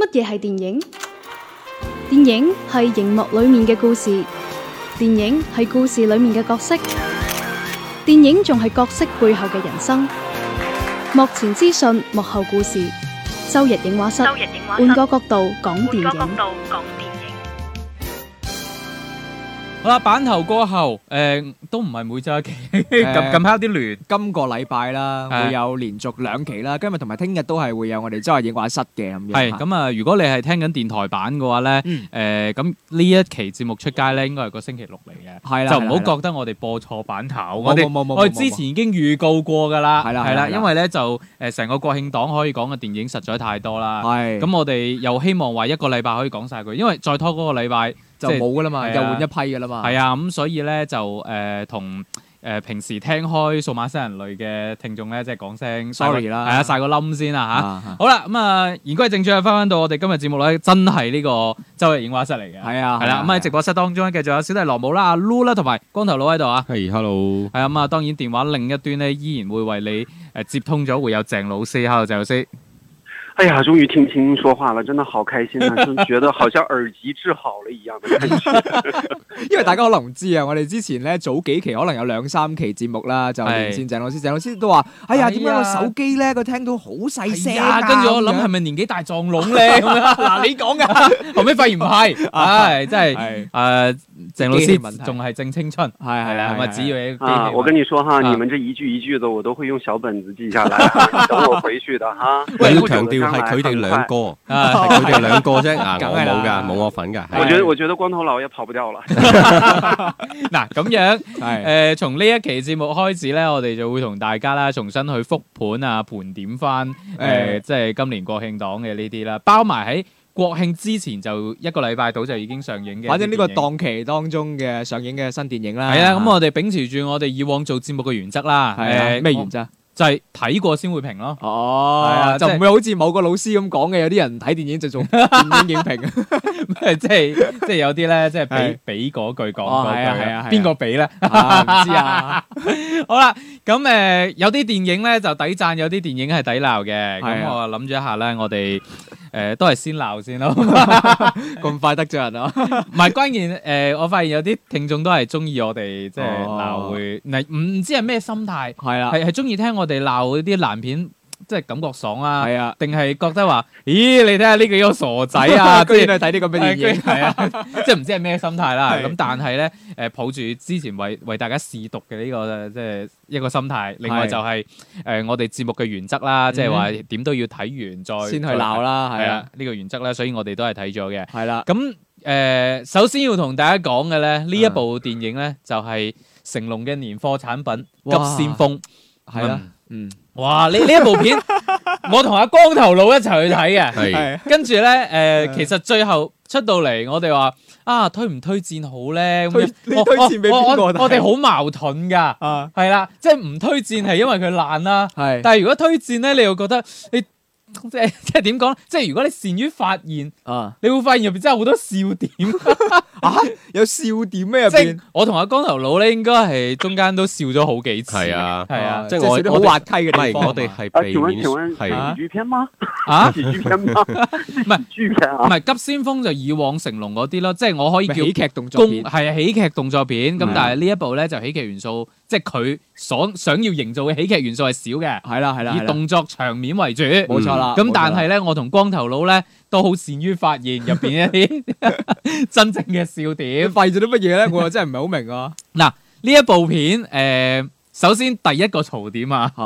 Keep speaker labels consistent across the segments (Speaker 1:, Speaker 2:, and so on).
Speaker 1: 乜嘢係電影？電影係熒幕裏面嘅故事，電影係故事裏面嘅角色，電影仲係角色背後嘅人生。幕前資訊，幕後故事。周日影畫室，
Speaker 2: 周日影畫室
Speaker 1: 換個角度講電
Speaker 2: 換個角
Speaker 1: 影。
Speaker 2: 度講電影。
Speaker 3: 好啦，版頭過後，诶、都唔係每周一 期，
Speaker 4: 誒
Speaker 3: 近近排有啲亂。
Speaker 4: 今個禮拜啦，
Speaker 3: 係
Speaker 4: 會有連續兩期啦，今日同埋聽日都係會有我哋周日影畫室嘅咁樣。
Speaker 3: 係咁啊！如果你係聽緊電台版嘅話咧，
Speaker 4: 嗯
Speaker 3: 诶、咁呢一期節目出街咧，應該係個星期六嚟嘅，
Speaker 4: 係啦，
Speaker 3: 就唔
Speaker 4: 係啦
Speaker 3: 好覺得我哋播錯版頭。
Speaker 4: 冇
Speaker 3: 我哋
Speaker 4: 冇冇冇
Speaker 3: 我哋
Speaker 4: 冇
Speaker 3: 之前已經預告過㗎啦，
Speaker 4: 係啦
Speaker 3: 係
Speaker 4: 係
Speaker 3: 啦，
Speaker 4: 啦
Speaker 3: 因為咧就诶成個國慶檔可以講嘅電影實在太多啦。
Speaker 4: 係
Speaker 3: 咁我哋又希望話一個禮拜可以講晒佢，因為再拖嗰個禮拜
Speaker 4: 就
Speaker 3: 即係
Speaker 4: 冇噶啦
Speaker 3: 係
Speaker 4: 嘛，
Speaker 3: 啊
Speaker 4: 又換一批噶啦嘛。
Speaker 3: 係啊，咁所以咧就誒同誒平時聽開數碼新人類嘅聽眾咧，即係講聲
Speaker 4: Sorry 啦
Speaker 3: 係啊，晒個冧先啦
Speaker 4: 啊
Speaker 3: 吓，好啦，咁啊，言歸正傳，翻返到我哋今日節目咧，真係呢個周日影畫室嚟嘅。
Speaker 4: 係啊，
Speaker 3: 係啦，咁喺直播室當中咧，繼續有小弟羅姆啦、阿 Lu 啦同埋光頭佬喺度啊。
Speaker 5: 係 h e l l o
Speaker 3: 係啊咁啊，當然電話另一端咧，依然會為你誒呃接通咗，會有鄭老師，Hello 鄭老師。
Speaker 6: 哎呀，终于听青青说话了，真的好开 心啊！就觉得好像耳机治好了一样的感觉。啊
Speaker 4: 因為大家可能唔知啊，我哋之前咧早幾期可能有兩三期節目啦，就
Speaker 3: 係
Speaker 4: 連線鄭老師，鄭老師都話：哎呀，
Speaker 3: 哎呀
Speaker 4: 點解個手機咧佢聽到好細聲
Speaker 3: 哎呀
Speaker 4: 啊
Speaker 3: 跟住我
Speaker 4: 咁
Speaker 3: 諗
Speaker 4: 樣
Speaker 3: 係咪年紀大撞聾咧？咁樣嗱，你講 噶，後尾發現唔係，唉，真係。
Speaker 4: 啊
Speaker 3: 誒，
Speaker 4: 係
Speaker 3: 啊鄭老
Speaker 4: 機器問
Speaker 3: 師
Speaker 4: 題
Speaker 3: 仲係正青春，
Speaker 4: 係係
Speaker 3: 係
Speaker 4: 啦，
Speaker 3: 啊，
Speaker 4: 係
Speaker 3: 咁啊，
Speaker 4: 係
Speaker 3: 只要你機器
Speaker 6: 啊！我
Speaker 3: 問
Speaker 6: 跟你说哈，
Speaker 3: 啊
Speaker 6: 你们这一句一句的，我都会用小本子记下来啊，等我回去的 哈。
Speaker 5: 我要
Speaker 6: 不久
Speaker 5: 強
Speaker 6: 的
Speaker 5: 調
Speaker 6: 將
Speaker 5: 係
Speaker 6: 來
Speaker 5: 佢哋
Speaker 6: 很
Speaker 5: 兩
Speaker 6: 快
Speaker 5: 個，
Speaker 3: 啊，
Speaker 5: 係佢哋兩個啫，啊，
Speaker 4: 梗
Speaker 5: 我
Speaker 4: 係啦
Speaker 5: 冇㗎，冇我份㗎，
Speaker 6: 我
Speaker 5: 係
Speaker 3: 哎
Speaker 6: 觉得我觉得光头佬也跑不掉了。
Speaker 3: 嗱咁樣
Speaker 4: 係
Speaker 3: 誒，從呢一期節目開始咧，我哋就會同大家啦，重新去復盤啊，盤點翻誒，
Speaker 4: 誒
Speaker 3: 即係今年國慶檔嘅呢啲啦，包埋喺國慶之前就一個禮拜到就已經上映嘅，
Speaker 4: 反正呢個。檔期當中嘅上映嘅新電影啦。
Speaker 3: 係啊，咁我哋秉持住我哋以往做節目嘅原則啦，
Speaker 4: 係啊
Speaker 3: 誒
Speaker 4: 咩原則？
Speaker 3: 就係睇過先會評咯。
Speaker 4: 哦，
Speaker 3: 係啊
Speaker 4: 就
Speaker 3: 即係
Speaker 4: 唔會好似某個老師咁講嘅，有啲人唔睇電影就 做電影影評，
Speaker 3: 即係即係有啲咧，即係俾
Speaker 4: 係
Speaker 3: 俾嗰句講
Speaker 4: 哦
Speaker 3: 嗰
Speaker 4: 係啊
Speaker 3: 句
Speaker 4: 係啊係
Speaker 3: 啊，
Speaker 4: 啊
Speaker 3: 邊個俾咧？
Speaker 4: 啊唔知啊，
Speaker 3: 好啦，咁誒、呃有啲電影咧就抵讚，有啲電影係抵鬧嘅。
Speaker 4: 係
Speaker 3: 咁
Speaker 4: 啊
Speaker 3: 我諗咗一下咧，我哋誒、呃都係先鬧先 咯。
Speaker 4: 咁快得罪人啊！
Speaker 3: 唔係關鍵誒、呃我發現有啲聽眾都係中意我哋即係鬧
Speaker 4: 哦啊
Speaker 3: 會，嗱唔唔知係咩心態，
Speaker 4: 係啦，
Speaker 3: 係係中意聽我哋鬧嗰啲爛片，即係感覺爽啊，
Speaker 4: 係啊，
Speaker 3: 定係覺得話，咦你睇下呢幾個傻仔
Speaker 4: 係
Speaker 3: 啊，
Speaker 4: 啊，
Speaker 3: 即 係
Speaker 4: 居然去睇啲咁嘅電影，
Speaker 3: 係 啊，即係唔知係咩心態啦。
Speaker 4: 係
Speaker 3: 咁但係咧，誒抱住之前為為大家試讀嘅呢個即係一個心態。另外就係誒我哋節目嘅原則啦，即係話點都要睇完再
Speaker 4: 嗯先去鬧。啦，
Speaker 3: 再
Speaker 4: 係
Speaker 3: 係
Speaker 4: 啊
Speaker 3: 啊，，呢個原則咧，所以我哋都係睇咗嘅。
Speaker 4: 係啊啦，
Speaker 3: 咁誒，首先要同大家講嘅咧，呢一
Speaker 4: 嗯
Speaker 3: 部電影咧就係成龍嘅年貨產品《急
Speaker 4: 哇
Speaker 3: 先鋒》。
Speaker 4: 係啦，嗯，
Speaker 3: 哇！呢呢一部 片，我同阿光頭佬一齊去睇嘅。
Speaker 4: 嗯
Speaker 5: 係
Speaker 3: 跟住咧，誒、呃
Speaker 4: 誒
Speaker 3: 其實最後出到嚟，我哋話啊，推唔推薦好咧？咁
Speaker 4: 推
Speaker 3: 樣
Speaker 4: 你
Speaker 3: 我
Speaker 4: 推薦俾
Speaker 3: 我
Speaker 4: 邊個啊
Speaker 3: 我
Speaker 4: 睇
Speaker 3: 我哋好矛盾㗎，
Speaker 4: 啊，
Speaker 3: 係啦，即係唔推薦係因為佢爛啦，
Speaker 4: 係，
Speaker 3: 但係如果推薦咧，你又覺得你即係即係點講咧？即係如果你善於發現，
Speaker 4: 啊，
Speaker 3: 你會發現入邊真係好多笑點。
Speaker 4: 有笑點咩入
Speaker 3: 即係
Speaker 4: 邊？
Speaker 3: 我同阿光頭佬咧，應該係中間都笑咗好幾次。
Speaker 5: 係，啊，
Speaker 3: 係啊，
Speaker 5: 即係
Speaker 4: 係
Speaker 5: 我
Speaker 4: 少啲好滑稽嘅
Speaker 5: 唔
Speaker 4: 地
Speaker 5: 係
Speaker 4: 方。
Speaker 5: 我哋
Speaker 6: 啊，
Speaker 3: 哎
Speaker 5: 係避
Speaker 6: 请问
Speaker 5: 免
Speaker 6: 请问啊
Speaker 5: 係
Speaker 6: 是喜剧片吗？
Speaker 3: 啊，
Speaker 6: 喜剧 片吗？是喜剧片
Speaker 3: 唔
Speaker 6: 啊！
Speaker 3: 係急先鋒就以往成龍嗰啲咯，即係我可以
Speaker 4: 咪
Speaker 3: 叫
Speaker 4: 喜劇動作
Speaker 3: 公
Speaker 4: 片，
Speaker 3: 係喜劇動作片，咁
Speaker 4: 嗯
Speaker 3: 但係呢一部咧就喜劇元素，即係佢所想要營造嘅喜劇元素係少嘅，
Speaker 4: 係啦係啦，係
Speaker 3: 以
Speaker 4: 啦
Speaker 3: 動作場面為主。
Speaker 4: 冇錯啦。
Speaker 3: 咁
Speaker 4: 冇錯
Speaker 3: 但
Speaker 4: 啦
Speaker 3: 係咧，我同光頭佬咧都好善於發現入邊一啲 真正嘅笑
Speaker 4: 你
Speaker 3: 點。
Speaker 4: 廢咗啲乜嘢咧？我又真係唔係好明啊！
Speaker 3: 呢一部片誒、呃首先第一個槽點啊，
Speaker 4: 嚇！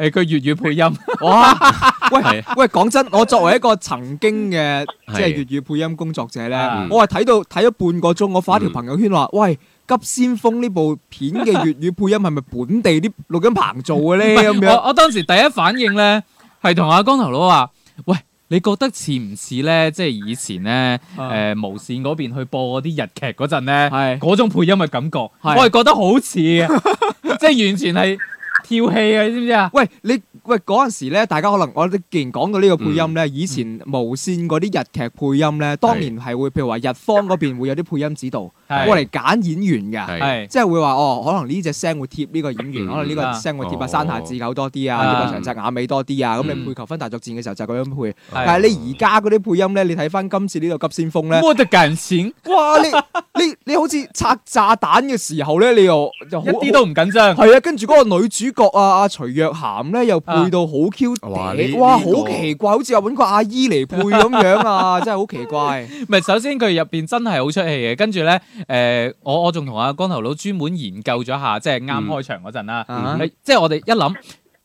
Speaker 3: 誒、佢粵語配音
Speaker 4: 哇！ 喂喂，講真，我作為一個曾經嘅即係
Speaker 5: 係
Speaker 4: 粵語配音工作者咧
Speaker 3: 啊，
Speaker 4: 我係睇到睇咗半個鐘，我發一條
Speaker 5: 嗯
Speaker 4: 朋友圈話：，喂，《急先鋒》呢部片嘅粵語配音係咪本地啲錄音棚做嘅咧？咁樣
Speaker 3: 我我當時第一反應咧係同阿光頭佬話：，喂，你覺得似唔似咧？即係以前咧誒、
Speaker 4: 啊
Speaker 3: 呃、無線嗰邊去播嗰啲日劇嗰陣咧？
Speaker 4: 係
Speaker 3: 嗰種配音嘅感覺，
Speaker 4: 係
Speaker 3: 我係覺得好似嘅， 即係完全係跳戲啊！你知唔知啊？
Speaker 4: 喂你喂嗰陣時咧，大家可能我哋既然講到呢個配音咧，以前無線嗰啲日劇配音咧，當年係會譬如話日方嗰邊會有啲配音指導，
Speaker 3: 係
Speaker 4: 我嚟揀演員嘅。
Speaker 5: 係
Speaker 3: 係
Speaker 4: 即係會話哦，可能呢隻聲會貼呢個演員，
Speaker 5: 嗯
Speaker 4: 可能呢個聲會貼
Speaker 5: 啊
Speaker 4: 啊山下智久多啲啊，
Speaker 3: 啊
Speaker 4: 貼啊長澤雅美多啲啊。咁你
Speaker 3: 嗯
Speaker 4: 配求婚大作戰嘅時候就咁樣配。
Speaker 3: 係
Speaker 4: 但係你而家嗰啲配音咧，你睇翻今次呢個急先鋒咧，
Speaker 3: 我的感情
Speaker 4: 哇！你你你好似拆炸彈嘅時候咧，你又就好
Speaker 3: 一啲都唔緊張，
Speaker 4: 係啊。跟住嗰個女主角啊，阿徐若涵咧又配到好 Q
Speaker 5: 哇呢
Speaker 4: 嗲，哇！
Speaker 5: 呢個
Speaker 4: 好奇怪，好似又揾個阿姨嚟配咁樣啊，真係好奇怪。
Speaker 3: 唔係，首先佢入邊真係好出戲嘅，跟住咧，誒，我我仲同阿光頭佬專門研究咗下，即係啱開場嗰陣啦，
Speaker 4: 啊
Speaker 3: 係即係我哋一諗，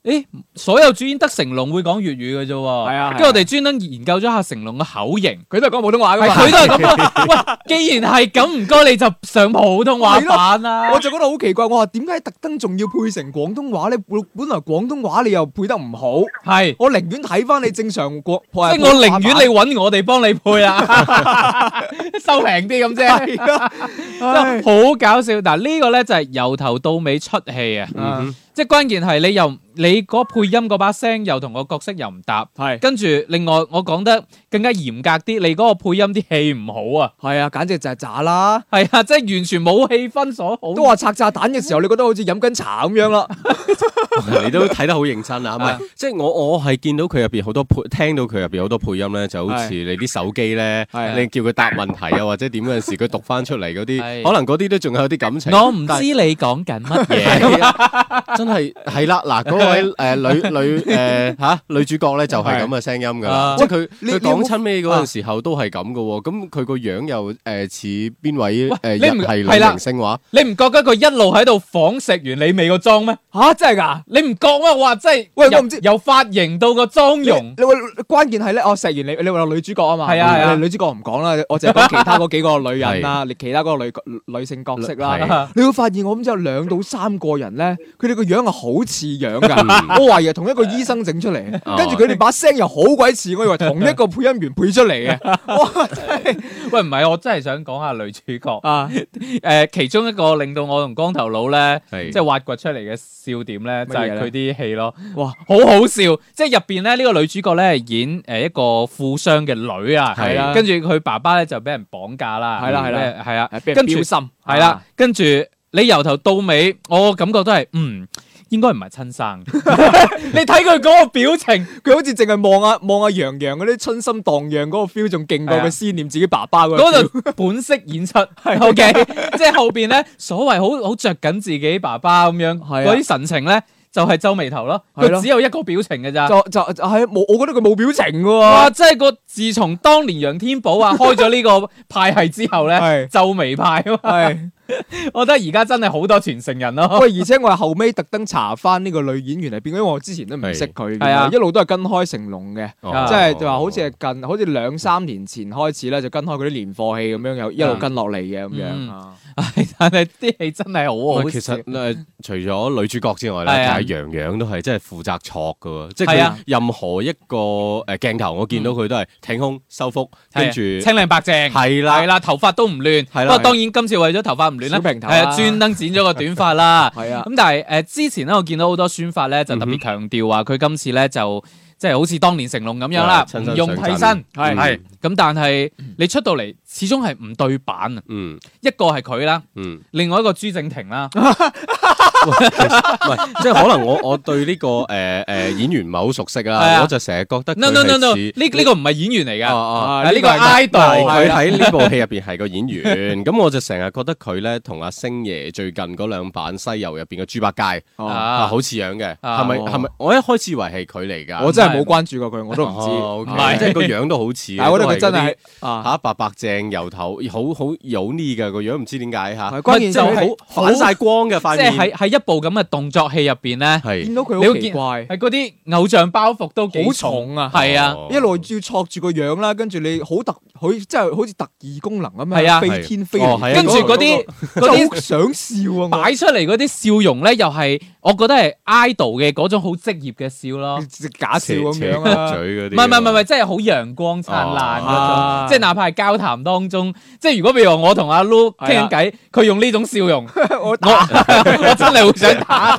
Speaker 3: 誒，所有主演得成龍會講粵語嘅啫喎，
Speaker 4: 係啊係啊
Speaker 3: 跟住我哋專登研究咗下成龍嘅口型，
Speaker 4: 佢都係講普通話㗎
Speaker 3: 係啊
Speaker 4: 嘛。
Speaker 3: 佢都係咁，啊喂，既然係咁，唔該你就上普通話版啦
Speaker 4: 我，就覺得好奇怪，我話點解特登仲要配成廣東話咧？本本來廣東話你又配得唔好，
Speaker 3: 係。
Speaker 4: 我寧願睇翻你正常國，呃
Speaker 3: 即
Speaker 4: 即
Speaker 3: 係我寧願你揾我哋幫你配啊， 收平啲咁啫，
Speaker 4: 係啊，唉
Speaker 3: 真係好搞笑。嗱呢個咧就係由頭到尾出戲啊，
Speaker 4: 嗯
Speaker 3: 即係關鍵係你又你嗰配音嗰把聲又同個角色又唔搭，
Speaker 4: 係
Speaker 3: 跟住另外我講得更加嚴格啲，你嗰個配音啲戲唔好啊，
Speaker 4: 係啊，簡直就係渣啦！
Speaker 3: 係啊，即係完全冇氣氛所好。
Speaker 4: 都話拆炸彈嘅時候，你覺得好似飲緊茶咁樣啦。
Speaker 5: 你都睇得好認真啊，唔係，即係我我係見到佢入邊好多配，聽到佢入邊好多配音咧，就好似你啲手機咧，
Speaker 4: 係
Speaker 5: 你叫佢答問題啊，或者點嗰陣時佢讀翻出嚟嗰
Speaker 3: 係
Speaker 5: 啲，可能嗰啲都仲有啲感情。
Speaker 3: 我唔知你講緊乜 嘢，
Speaker 5: 係啊真係係啦，嗱嗰位誒女女誒嚇女主角咧就係咁嘅聲音噶
Speaker 3: 啊
Speaker 5: 啦，即係佢
Speaker 4: 你你
Speaker 5: 佢
Speaker 4: 有冇
Speaker 5: 講親尾嗰陣時候都係咁嘅喎，咁佢個樣又誒似邊位
Speaker 3: 喂
Speaker 5: 誒
Speaker 3: 你唔
Speaker 5: 日系
Speaker 3: 係
Speaker 5: 女
Speaker 3: 啦
Speaker 5: 明星話？
Speaker 3: 你唔覺得佢一路喺度仿食完你味個妝咩？
Speaker 4: 吓，真係㗎？
Speaker 3: 你唔覺咩？哇！真係
Speaker 4: 喂我
Speaker 3: 由
Speaker 4: 唔知
Speaker 3: 由髮型到個妝容
Speaker 4: 你話關鍵係咧，我食完你，你話女主角啊嘛，
Speaker 3: 係啊係啊
Speaker 4: 女主角唔講啦，我淨係講其他嗰幾個女人啦，你其他嗰個女女性角色啦
Speaker 5: 係，
Speaker 4: 你會發現我咁之有兩到三個人咧，佢哋個樣係好似樣㗎，
Speaker 5: 嗯
Speaker 4: 我懷疑係同一個醫生整出嚟，
Speaker 5: 哦
Speaker 4: 跟住佢哋把聲又好鬼似，我以為同一個配音員配出嚟嘅，哇真係
Speaker 3: 喂，唔係，我真係想講下女主角。
Speaker 4: 啊，
Speaker 3: 誒、其中一個令到我同光頭佬咧，
Speaker 5: 係
Speaker 3: 即係挖掘出嚟嘅笑點咧，就
Speaker 4: 乜嘢
Speaker 3: 係
Speaker 4: 呢
Speaker 3: 佢啲戲咯，
Speaker 4: 哇
Speaker 3: 好好笑！即係入邊咧，呢、個女主角咧演誒一個富商嘅女啊，
Speaker 5: 係啦
Speaker 3: 跟住佢爸爸咧就俾人綁架啦，
Speaker 4: 係啦係啦
Speaker 3: 咩，係啊，
Speaker 4: 俾人
Speaker 3: 跟住
Speaker 4: 標心
Speaker 3: 係啦
Speaker 4: 啊，
Speaker 3: 跟住你由頭到尾，我感覺都係嗯。應該唔係親 生， 你睇佢嗰個表情，
Speaker 4: 佢好似淨係望啊望阿楊洋嗰啲春心蕩漾嗰個 feel，仲勁過
Speaker 3: 係啊
Speaker 4: 佢思念自己爸爸嗰個 feel
Speaker 3: 嗰度 本色演出，OK，即 係後邊咧所謂好好着緊自己爸爸咁樣，
Speaker 4: 係啊
Speaker 3: 嗰啲神情咧就係皺眉頭咯，
Speaker 4: 係咯
Speaker 3: 佢只有一個表情嘅咋。
Speaker 4: 就就就係冇，我覺得佢冇表情
Speaker 3: 啊
Speaker 4: 㗎
Speaker 3: 哇！
Speaker 4: 喎，
Speaker 3: 真係個自從當年楊天寶啊開咗呢個派系之後咧，
Speaker 4: 係
Speaker 3: 皺眉派啊嘛，
Speaker 4: 係。
Speaker 3: 我覺得而家真係好多傳承人 咯。
Speaker 4: 喂，而且我係後尾特登查翻呢個女演員係邊個，因為我之前都唔識佢，
Speaker 3: 係啊
Speaker 4: 一路都係跟開成龍嘅，
Speaker 3: 啊
Speaker 5: 哦
Speaker 4: 即係就話好似係近，好似兩三年前開始咧，就跟開佢啲年貨戲咁樣，又一路跟落嚟嘅咁
Speaker 3: 啊嗯
Speaker 4: 樣。啊
Speaker 3: 係但係啲戲真係好好
Speaker 5: 哦喂，其
Speaker 3: 笑
Speaker 5: 實誒，除咗女主角之外咧，
Speaker 3: 係啊
Speaker 5: 但係楊洋都係真係負責錯嘅喎，即係
Speaker 3: 係啊
Speaker 5: 佢任何一個誒鏡頭，我見到佢都係挺胸收腹，跟住
Speaker 3: 係啊清靚白淨。
Speaker 5: 係
Speaker 3: 係
Speaker 5: 啦，
Speaker 3: 啦，頭髮都唔亂。
Speaker 5: 係啦
Speaker 3: 不過當然今次為咗頭髮唔亂咧，
Speaker 4: 小平頭
Speaker 3: 係
Speaker 4: 啦
Speaker 3: 啊專登剪咗個短髮 啦。
Speaker 4: 係啊
Speaker 3: 咁但係誒、呃之前咧，我見到好多宣發咧，
Speaker 5: 嗯
Speaker 3: 就特別強調話佢今次咧就即係好似當年成龍咁樣啦
Speaker 5: 啊哇親，身
Speaker 3: 唔用替
Speaker 5: 上陣嗯
Speaker 3: 身，
Speaker 5: 係
Speaker 3: 係咁，但係你出到嚟始終係唔對版啊！
Speaker 5: 嗯
Speaker 3: 一個係佢啦，
Speaker 5: 嗯，
Speaker 3: 另外一個朱正廷啦，
Speaker 5: 啊喂其實唔係，即係可能我我對呢個誒誒演員唔係好熟悉
Speaker 3: 係啊
Speaker 5: 啦，我就成日覺得
Speaker 3: no no no no，
Speaker 5: 呢
Speaker 3: 呢呢個唔係演員嚟
Speaker 5: 哦
Speaker 3: 㗎，
Speaker 5: 哦。
Speaker 3: 啊呢個
Speaker 4: 係
Speaker 3: idol
Speaker 5: 佢
Speaker 4: 係啦
Speaker 5: 喺呢部戲入邊係個演員， 咁我就成日覺得佢咧同阿星爺最近嗰兩版《西遊》入邊嘅豬八戒
Speaker 4: 哦
Speaker 5: 啊，
Speaker 3: 啊，
Speaker 5: 好似樣嘅，
Speaker 3: 啊
Speaker 5: 係咪係咪？我一開始以為係佢嚟㗎，
Speaker 4: 我真係冇關注過佢，我都唔
Speaker 5: 哦
Speaker 4: 知。啊
Speaker 5: ，OK
Speaker 3: 唔係
Speaker 5: 即係個樣都好似，
Speaker 4: 但係我覺得佢真
Speaker 5: 都係嗰
Speaker 4: 係
Speaker 5: 啲
Speaker 4: 啊，
Speaker 5: 嚇白白淨油頭，好好油膩嘅個樣，唔知點解嚇，
Speaker 4: 係關鍵
Speaker 3: 就
Speaker 4: 就
Speaker 3: 係
Speaker 4: 係
Speaker 5: 好反晒光嘅塊
Speaker 3: 即係喺
Speaker 5: 面，
Speaker 3: 喺一部咁嘅動作戲入邊咧，
Speaker 5: 係
Speaker 4: 見到佢
Speaker 3: 你
Speaker 4: 好
Speaker 3: 會
Speaker 4: 奇
Speaker 3: 見哦
Speaker 4: 怪，
Speaker 3: 係嗰啲偶像包袱都幾
Speaker 4: 好重啊。
Speaker 3: 係啊。
Speaker 5: 哦
Speaker 4: 一路要戳住個樣啦，跟住你好特，佢即係好似特異功能咁
Speaker 3: 係啊
Speaker 4: 樣飛天飛
Speaker 5: 哦係啊
Speaker 4: 嚟，
Speaker 3: 跟住嗰啲嗰啲
Speaker 4: 真係好想笑啊！我
Speaker 3: 擺出嚟嗰啲笑容咧，又係我覺得係 idol 嘅嗰種好職業嘅笑咯。
Speaker 4: 假笑咁樣
Speaker 5: 斜
Speaker 4: 啊！
Speaker 5: 嘴嗰
Speaker 3: 唔
Speaker 5: 啲，
Speaker 3: 係唔係唔係，真係好陽光燦爛嗰種，
Speaker 4: 啊
Speaker 3: 即係哪怕係交談當中，即係如果譬如話我同阿 Lu 傾緊偈，佢用呢種笑容，
Speaker 4: 啊 我
Speaker 3: 我我 真係好 想打，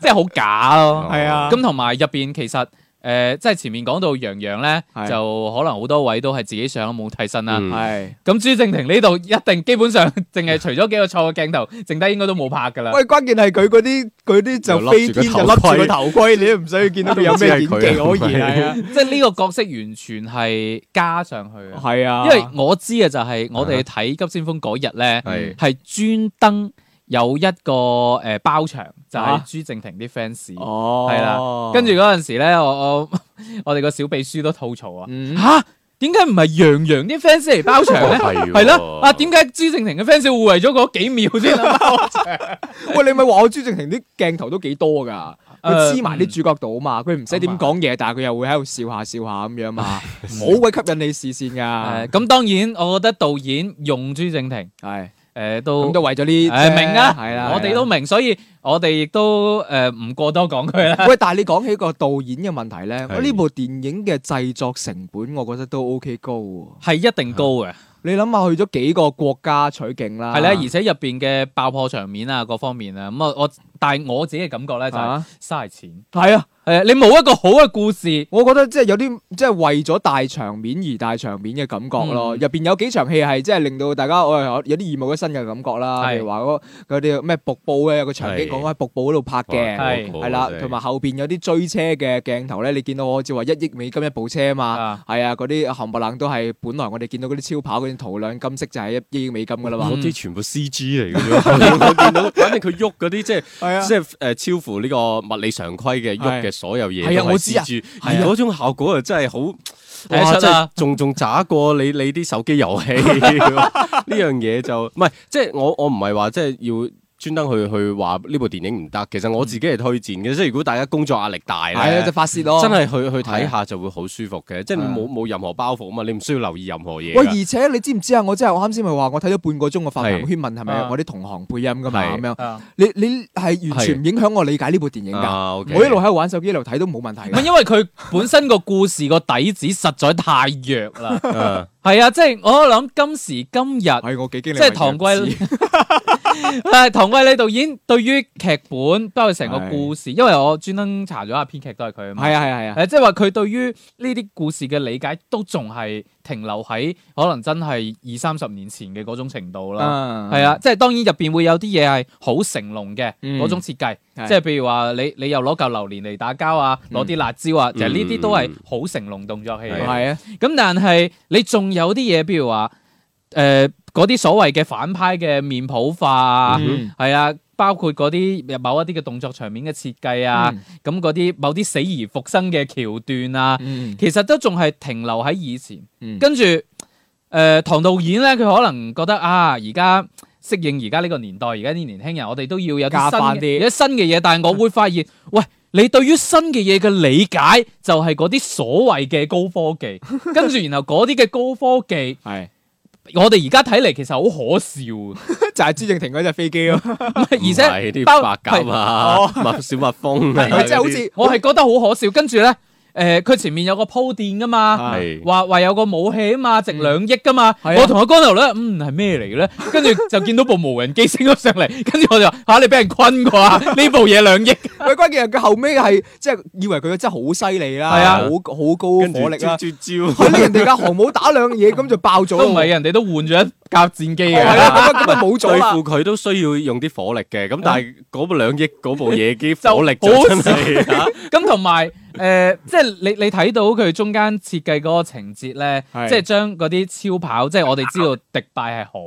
Speaker 3: 即係好假咯。
Speaker 5: 哦
Speaker 4: 係啊
Speaker 3: 咁同埋入邊其實誒，即係前面講到楊洋咧，
Speaker 4: 係
Speaker 3: 就可能好多位都係自己上冇替身啦。
Speaker 5: 嗯
Speaker 4: 係。
Speaker 3: 咁朱正廷呢度一定基本上淨係除咗幾個錯嘅鏡 頭，剩低應該都冇拍㗎啦。
Speaker 4: 喂，關鍵係佢嗰啲佢啲
Speaker 5: 又
Speaker 4: 就
Speaker 5: 笠
Speaker 4: 飛
Speaker 5: 住個
Speaker 4: 天就
Speaker 5: 頭
Speaker 4: 笠住個
Speaker 5: 盔
Speaker 4: 頭盔，你都唔使見到佢有 咩演技可
Speaker 5: 都唔知係
Speaker 4: 言
Speaker 5: 佢啊
Speaker 4: 係啊。
Speaker 3: 即係呢個角色完全係加上去嘅。
Speaker 4: 係啊，
Speaker 3: 因為我知嘅就係我哋睇《急先鋒》嗰日咧，
Speaker 5: 係
Speaker 3: 係專登有一個誒包場，就
Speaker 4: 啊
Speaker 3: 係朱正廷啲 fans。
Speaker 4: 哦
Speaker 3: 係啦跟住嗰陣時咧，我 我我哋個小秘書都吐槽啊，
Speaker 4: 嗯哦
Speaker 3: 吓點解唔係楊洋啲 fans 嚟包場 咧？
Speaker 5: 係
Speaker 3: 係咯，啊點解朱正廷嘅 fans 會為咗嗰幾秒先啊諗 包場？
Speaker 4: 喂，你咪話我朱正廷啲鏡頭都幾多㗎，佢
Speaker 3: 誒
Speaker 4: 黐埋啲主角度啊嘛，佢唔使點講嘢，但係佢又會喺度笑下笑下咁樣 嘛，好鬼吸引你視線
Speaker 3: 誒
Speaker 4: 㗎，
Speaker 3: 咁當然，我覺得導演用朱正廷
Speaker 4: 係
Speaker 3: 誒
Speaker 4: 咁
Speaker 3: 都
Speaker 4: 都為咗呢，
Speaker 3: 誒明啊，
Speaker 4: 係啦，
Speaker 3: 我哋都
Speaker 4: 係啦。
Speaker 3: 明，所以我哋亦都誒唔過多講佢啦。
Speaker 4: 喂，但係你講起個導演嘅問題咧，
Speaker 5: 係
Speaker 4: 我呢部電影嘅製作成本，我覺得都 OK 高喎。
Speaker 3: 係一定高嘅，
Speaker 4: 你諗下，去咗幾個國家取景啦，
Speaker 3: 係咧，而且入邊嘅爆破場面啊，各方面啊，咁啊，我但係我自己嘅感覺咧就係
Speaker 4: 啊
Speaker 3: 嘥錢，
Speaker 4: 係啊，
Speaker 3: 誒，你冇一個好嘅故事，
Speaker 4: 我覺得即係有啲即係為咗大場面而大場面嘅感覺咯。
Speaker 3: 嗯
Speaker 4: 入邊有幾場戲係即係令到大家我哎有啲耳目一新嘅感覺啦。
Speaker 3: 係
Speaker 4: 譬如話嗰嗰啲咩瀑布咧，有個場景
Speaker 5: 係
Speaker 4: 講喺瀑布嗰度拍
Speaker 3: 係
Speaker 4: 嘅，
Speaker 5: 啊
Speaker 4: 係啦，同埋後邊有啲追車嘅鏡頭咧，你見到我好似話一億美金一部車啊嘛。
Speaker 3: 啊，
Speaker 4: 係啊，嗰啲冚唪唥都係本來我哋見到嗰啲超跑嗰啲圖亮金色就係一億美金噶啦嘛。
Speaker 5: 嗰啲全部 C G 嚟嘅啫，嗯 我見到，反正佢喐嗰啲即係
Speaker 4: 係啊
Speaker 5: 即係诶超乎呢個物理常規嘅喐嘅所有嘢
Speaker 4: 係啊
Speaker 5: 都
Speaker 4: 我
Speaker 5: 係
Speaker 4: 知啊
Speaker 5: C G，
Speaker 4: 係
Speaker 5: 而
Speaker 4: 啊
Speaker 5: 嗰種效果啊真係好，
Speaker 3: 睇得
Speaker 5: 哇！
Speaker 3: 出
Speaker 5: 真
Speaker 3: 啊
Speaker 5: 係仲仲渣過你你啲手機遊 戲呢樣嘢就唔係即係我我唔係話即係要。專登去去話呢部電影唔得，其實我自己係推薦嘅，即係如果大家工作壓力大咧，
Speaker 4: 係啊，就發泄咯。
Speaker 5: 真係去去
Speaker 4: 啊
Speaker 5: 睇下就會好舒服嘅，即係你冇冇任何包袱啊嘛，你唔需要留意任何嘢
Speaker 4: 喂，
Speaker 5: 㗎。
Speaker 4: 而且你知唔知啊？我真係我啱先咪話我睇咗半個鐘，我發朋友
Speaker 5: 係
Speaker 4: 圈問係咪
Speaker 3: 啊
Speaker 4: 我啲同行配音噶嘛
Speaker 5: 係
Speaker 4: 咁樣。
Speaker 3: 啊
Speaker 4: 你你係完全唔影響我理解呢部電影㗎。
Speaker 5: 啊，OK，
Speaker 4: 我一路喺度玩手機，一路睇都冇問題
Speaker 3: 唔係
Speaker 4: 㗎。
Speaker 3: 因為佢本身個故事個底子實在太弱 啦，
Speaker 5: 啊
Speaker 3: 係啊，即係我諗今時今日。
Speaker 4: 係我幾驚你
Speaker 3: 即係
Speaker 4: 為弱智。
Speaker 3: 唐 季， 但係唐季李導演對於劇本包括成個故事，因為我專登查咗下編劇都係佢啊嘛
Speaker 4: 係啊係啊係啊。
Speaker 3: 誒，即係話佢對於呢啲故事嘅理解都仲係停留喺可能真係二三十年前嘅嗰種程度啦。
Speaker 4: 嗯
Speaker 3: 係啊，，即係當然入邊會有啲嘢係好成龍嘅
Speaker 4: 嗯
Speaker 3: 嗰種設計，
Speaker 4: 係嗯
Speaker 3: 即係譬如話你你又攞嚿榴蓮嚟打交啊，攞啲辣椒啊，其實呢啲都係好成龍動作戲嚟嘅。
Speaker 4: 係啊，
Speaker 3: 咁但係你仲有啲嘢，譬如話誒嗰啲所謂嘅反派嘅面譜化啊，
Speaker 4: 嗯
Speaker 3: 係啊，包括嗰啲呃某一啲嘅動作場面嘅設計啊。咁嗰啲某啲死而復生嘅橋段啊，
Speaker 4: 嗯，
Speaker 3: 其實都仲係停留喺以前。
Speaker 4: 嗯
Speaker 3: 跟住誒、呃唐導演咧，佢可能覺得啊，而家適應而家呢個年代，而家啲年輕人，我哋都要有啲
Speaker 4: 加
Speaker 3: 新
Speaker 4: 返
Speaker 3: 嘅
Speaker 4: 啲
Speaker 3: 有啲新嘅嘢。但係我會發現，喂。你對於新嘅嘢嘅理解就係嗰啲所謂嘅高科技， 跟住然後嗰啲嘅高科技，
Speaker 4: 係
Speaker 3: 我哋而家睇嚟其實好可笑
Speaker 4: 就係朱正廷嗰只飛機咯。
Speaker 3: 嘅，而且
Speaker 5: 唔係啲
Speaker 3: 包
Speaker 5: 白鴿 啊，蜜小蜜蜂 啊，
Speaker 4: 佢真哦係好似
Speaker 3: 嗯 我係覺得好可笑。跟住咧，誒、佢前面有個鋪墊噶嘛，
Speaker 4: 啊
Speaker 5: 係
Speaker 3: 話話有個武器啊嘛，值兩億噶嘛。
Speaker 4: 係啊
Speaker 3: 我同阿光頭咧，嗯係咩嚟嘅咧？跟住就見到部無人機升咗上嚟， 跟住我就話吓、你俾人坤過 啊！呢部嘢兩億，
Speaker 4: 喂，關鍵係佢後尾係即係以為佢真係好犀利啦，
Speaker 3: 係啊
Speaker 4: 好好高
Speaker 5: 跟住
Speaker 4: 火力啦。
Speaker 5: 絕絕招
Speaker 4: 佢呢人哋架航母打兩嘢咁就爆咗啦。
Speaker 3: 都唔係人哋都換咗一架戰機
Speaker 4: 係
Speaker 3: 嘅，
Speaker 4: 啊，咁啊咁啊冇咗
Speaker 5: 對
Speaker 4: 啦。
Speaker 5: 付佢都需要用啲火力嘅，咁
Speaker 4: 啊
Speaker 5: 但係嗰部兩億嗰部嘢
Speaker 3: 就
Speaker 5: 啲火力就
Speaker 3: 好
Speaker 5: 真係啊嚇
Speaker 3: 咁同埋誒，即係你你睇到佢中間設計嗰個情節咧，
Speaker 4: 係
Speaker 3: 即係將嗰啲超跑，即係我哋知道迪拜係好，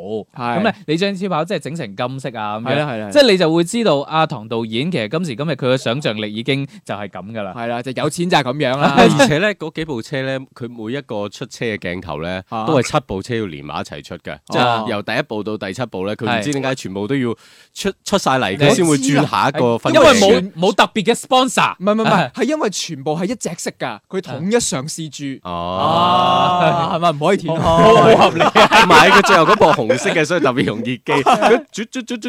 Speaker 4: 係
Speaker 3: 咁咧你將超跑即係整成金色啊咁
Speaker 4: 係啦
Speaker 3: 樣，
Speaker 4: 係啦
Speaker 3: 即。係你就會知道阿唐導演其實今時今日佢嘅想像力已經就係咁噶啦，
Speaker 4: 係啦，就有錢就係咁樣啦。
Speaker 5: 啊而且咧嗰幾部車咧，佢每一個出車嘅鏡頭咧，
Speaker 4: 啊
Speaker 5: 都係七部車要連埋一齊出嘅，即
Speaker 4: 哦
Speaker 5: 係由第一部到第七部咧，佢
Speaker 3: 係
Speaker 5: 唔知點解全部都要出出晒嚟，
Speaker 3: 我
Speaker 5: 佢
Speaker 3: 知
Speaker 5: 先會
Speaker 4: 啊
Speaker 5: 轉下一個分
Speaker 3: 因為
Speaker 5: 鏡嘅
Speaker 3: 冇冇特別嘅 sponsor。
Speaker 4: 唔係唔係唔
Speaker 3: 啊
Speaker 4: 係，係因為全部係一隻色㗎，佢統一上試住。哦
Speaker 5: 哦，
Speaker 4: 啊，係咪唔可以填
Speaker 3: 好
Speaker 4: 開？
Speaker 3: 好合理，
Speaker 5: 買佢最後嗰部紅色嘅，所以特別容 易記。佢啜啜啜啜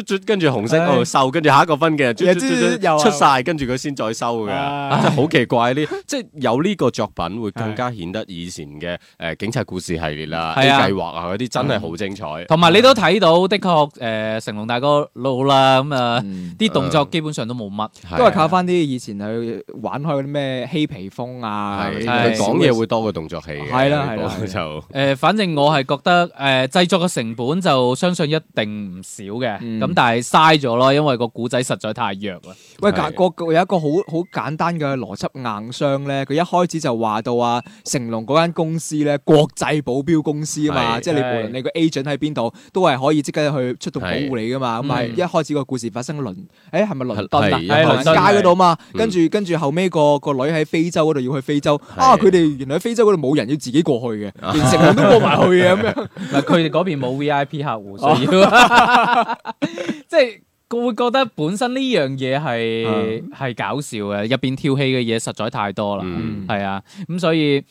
Speaker 5: 啜，跟住紅色
Speaker 4: 唉
Speaker 5: 哦收，跟住下一個分嘅，啜啜啜
Speaker 4: 又
Speaker 5: 啜出晒，跟住佢先再收嘅，
Speaker 4: 唉
Speaker 5: 真係好奇怪呢！即係有呢個 呃作品會更加顯得以前嘅誒警察故事系列啦、
Speaker 3: 係
Speaker 5: A
Speaker 3: 啊
Speaker 5: 計劃啊嗰啲真係好精彩。
Speaker 3: 同埋你都睇到，的確誒、呃成龍大哥老啦，咁啊
Speaker 4: 嗯
Speaker 3: 啲動作基本上都冇乜，
Speaker 5: 係
Speaker 4: 都係啊靠翻啲以前去玩開嗰啲咩嬉皮風啊，
Speaker 5: 係
Speaker 3: 係
Speaker 5: 佢講嘢會多過動作戲嘅，
Speaker 4: 係啦係啦
Speaker 5: 呢個就
Speaker 3: 誒、呃反正我係覺得誒、呃製作嘅成本就相信一定唔少嘅，咁、
Speaker 4: 嗯
Speaker 3: 但係嘥咗咯，因為個古仔實在太弱啦。
Speaker 4: 喂，
Speaker 5: 係
Speaker 4: 個個有一個好好簡單嘅邏輯硬傷咧，佢一開始就話到啊，成龍嗰間公司咧，國際保鏢公司啊嘛，
Speaker 5: 係
Speaker 4: 即係你
Speaker 3: 係
Speaker 4: 無論你個 agent 喺邊度，都係可以即刻去出動保護你噶嘛。咁
Speaker 3: 係
Speaker 4: 係
Speaker 3: 嗯
Speaker 4: 一開始個故事發生喺倫，誒係咪倫敦啊？
Speaker 5: 係
Speaker 3: 係倫敦
Speaker 4: 街嗰度嘛，
Speaker 5: 嗯
Speaker 4: 跟住跟住後尾個個女喺非洲嗰度要去非洲，
Speaker 5: 係啊
Speaker 4: 啊佢哋原來喺非洲嗰度冇人要自己過去嘅，連成龍都過埋去嘅咁樣。
Speaker 3: 唔係佢哋嗰邊冇 V I P 客户，所以要 即係我會覺得本身呢樣嘢係係搞笑嘅，入邊跳戲嘅嘢實在太多啦，
Speaker 5: 嗯
Speaker 3: 係啊，咁所以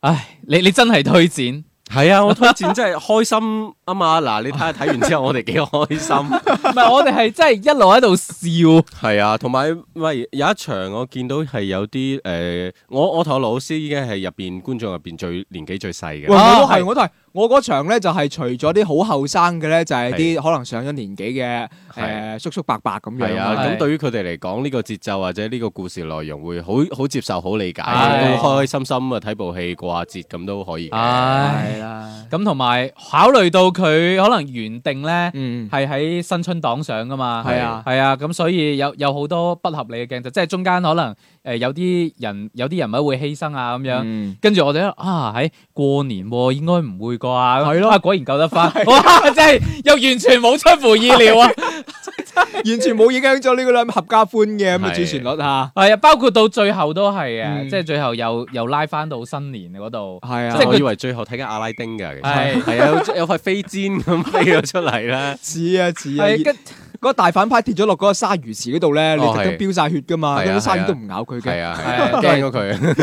Speaker 3: 唉，你你真係推薦
Speaker 5: 係啊！我推薦真係開心啊嘛！嗱，你睇下睇完之後，我哋幾開心。
Speaker 3: 唔係我哋係真係一路喺度笑，
Speaker 5: 係啊，同埋喂有一場我見到係有啲诶、呃我我同我老師已經係入边觀眾入边最年紀最細
Speaker 4: 喂，
Speaker 5: 嘅，
Speaker 4: 我都
Speaker 3: 啊
Speaker 4: 係，
Speaker 3: 係
Speaker 4: 我都係。我嗰場咧就係除咗啲好後生嘅咧，就係啲可能上咗年紀嘅
Speaker 5: 係
Speaker 4: 誒叔叔伯伯咁樣
Speaker 5: 係啊，
Speaker 4: 啦。
Speaker 3: 係
Speaker 5: 咁對於佢哋嚟講，呢、個節奏或者呢個故事內容會好好接受、好理解，
Speaker 3: 係啊
Speaker 5: 都開開心心啊睇部戲過下節咁都可以啊嘅。
Speaker 3: 唉，
Speaker 4: 啦，
Speaker 3: 咁同埋考慮到佢可能原定咧。
Speaker 4: 嗯，
Speaker 3: 係喺新春檔上噶嘛，
Speaker 4: 係啊
Speaker 3: 係啊，咁所以有有好多不合理嘅鏡頭，即係中間可能誒、呃有啲人有啲人物會犧牲啊咁樣，
Speaker 4: 嗯
Speaker 3: 跟住我哋喺度啊喺過年喎、應該唔會啩？
Speaker 4: 係咯
Speaker 3: 啊果然救得翻，哇！真係又完全冇出乎意料啊！
Speaker 4: 完全冇影響咗呢個兩合家歡嘅咁嘅
Speaker 5: 係
Speaker 4: 主旋律嚇，
Speaker 3: 係啊，包括到最後都係嘅，
Speaker 4: 嗯
Speaker 3: 即係最後又又拉翻到新年嗰度，
Speaker 4: 係
Speaker 5: 即係
Speaker 4: 啊，。
Speaker 5: 我以為最後睇緊阿拉丁㗎，其實
Speaker 3: 係
Speaker 5: 係啊，有有塊飛氈咁飛咗出嚟啦
Speaker 4: 似啊似啊，
Speaker 3: 係跟
Speaker 4: 嗰個大反派跌咗落嗰個鯊魚池嗰度咧，你
Speaker 5: 哦
Speaker 4: 特登
Speaker 5: 係
Speaker 4: 飆晒血噶嘛，
Speaker 5: 係
Speaker 4: 嗰
Speaker 5: 啊
Speaker 4: 啲鯊魚都唔咬佢
Speaker 5: 係
Speaker 4: 嘅。
Speaker 5: 啊，
Speaker 3: 係啊
Speaker 5: 係驚咗佢，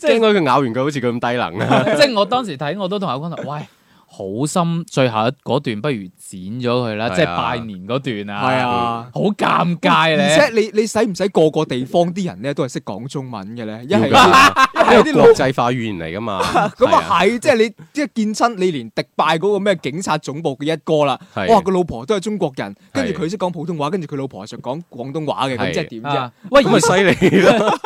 Speaker 3: 即係
Speaker 5: 驚咗佢咬完佢好似佢咁低能啊！
Speaker 3: 即係我當時睇我都同阿君話，喂。好心最後一嗰段不如剪咗佢啦，
Speaker 5: 係啊
Speaker 3: 即係拜年嗰段啊，
Speaker 4: 係啊
Speaker 3: 好尷尬咧。
Speaker 4: 而且你你使唔使個個地方啲人咧都係識講中文嘅咧？一係
Speaker 5: 要㗎
Speaker 4: 一係
Speaker 5: 呢
Speaker 4: 啲
Speaker 5: 個
Speaker 4: 老
Speaker 5: 國際化語言嚟㗎嘛，
Speaker 4: 咁
Speaker 5: 係
Speaker 4: 啊係，即係你 即係見親你連迪拜嗰個咩警察總部嘅一哥啦，
Speaker 5: 係啊
Speaker 4: 哇個老婆都係中國人，跟住
Speaker 5: 係
Speaker 4: 佢識講普通話，跟住佢老婆係想講廣東話嘅，
Speaker 5: 係
Speaker 4: 咁即係點啫
Speaker 3: 啊？喂，
Speaker 5: 咁
Speaker 3: 而
Speaker 5: 咪犀利 咯，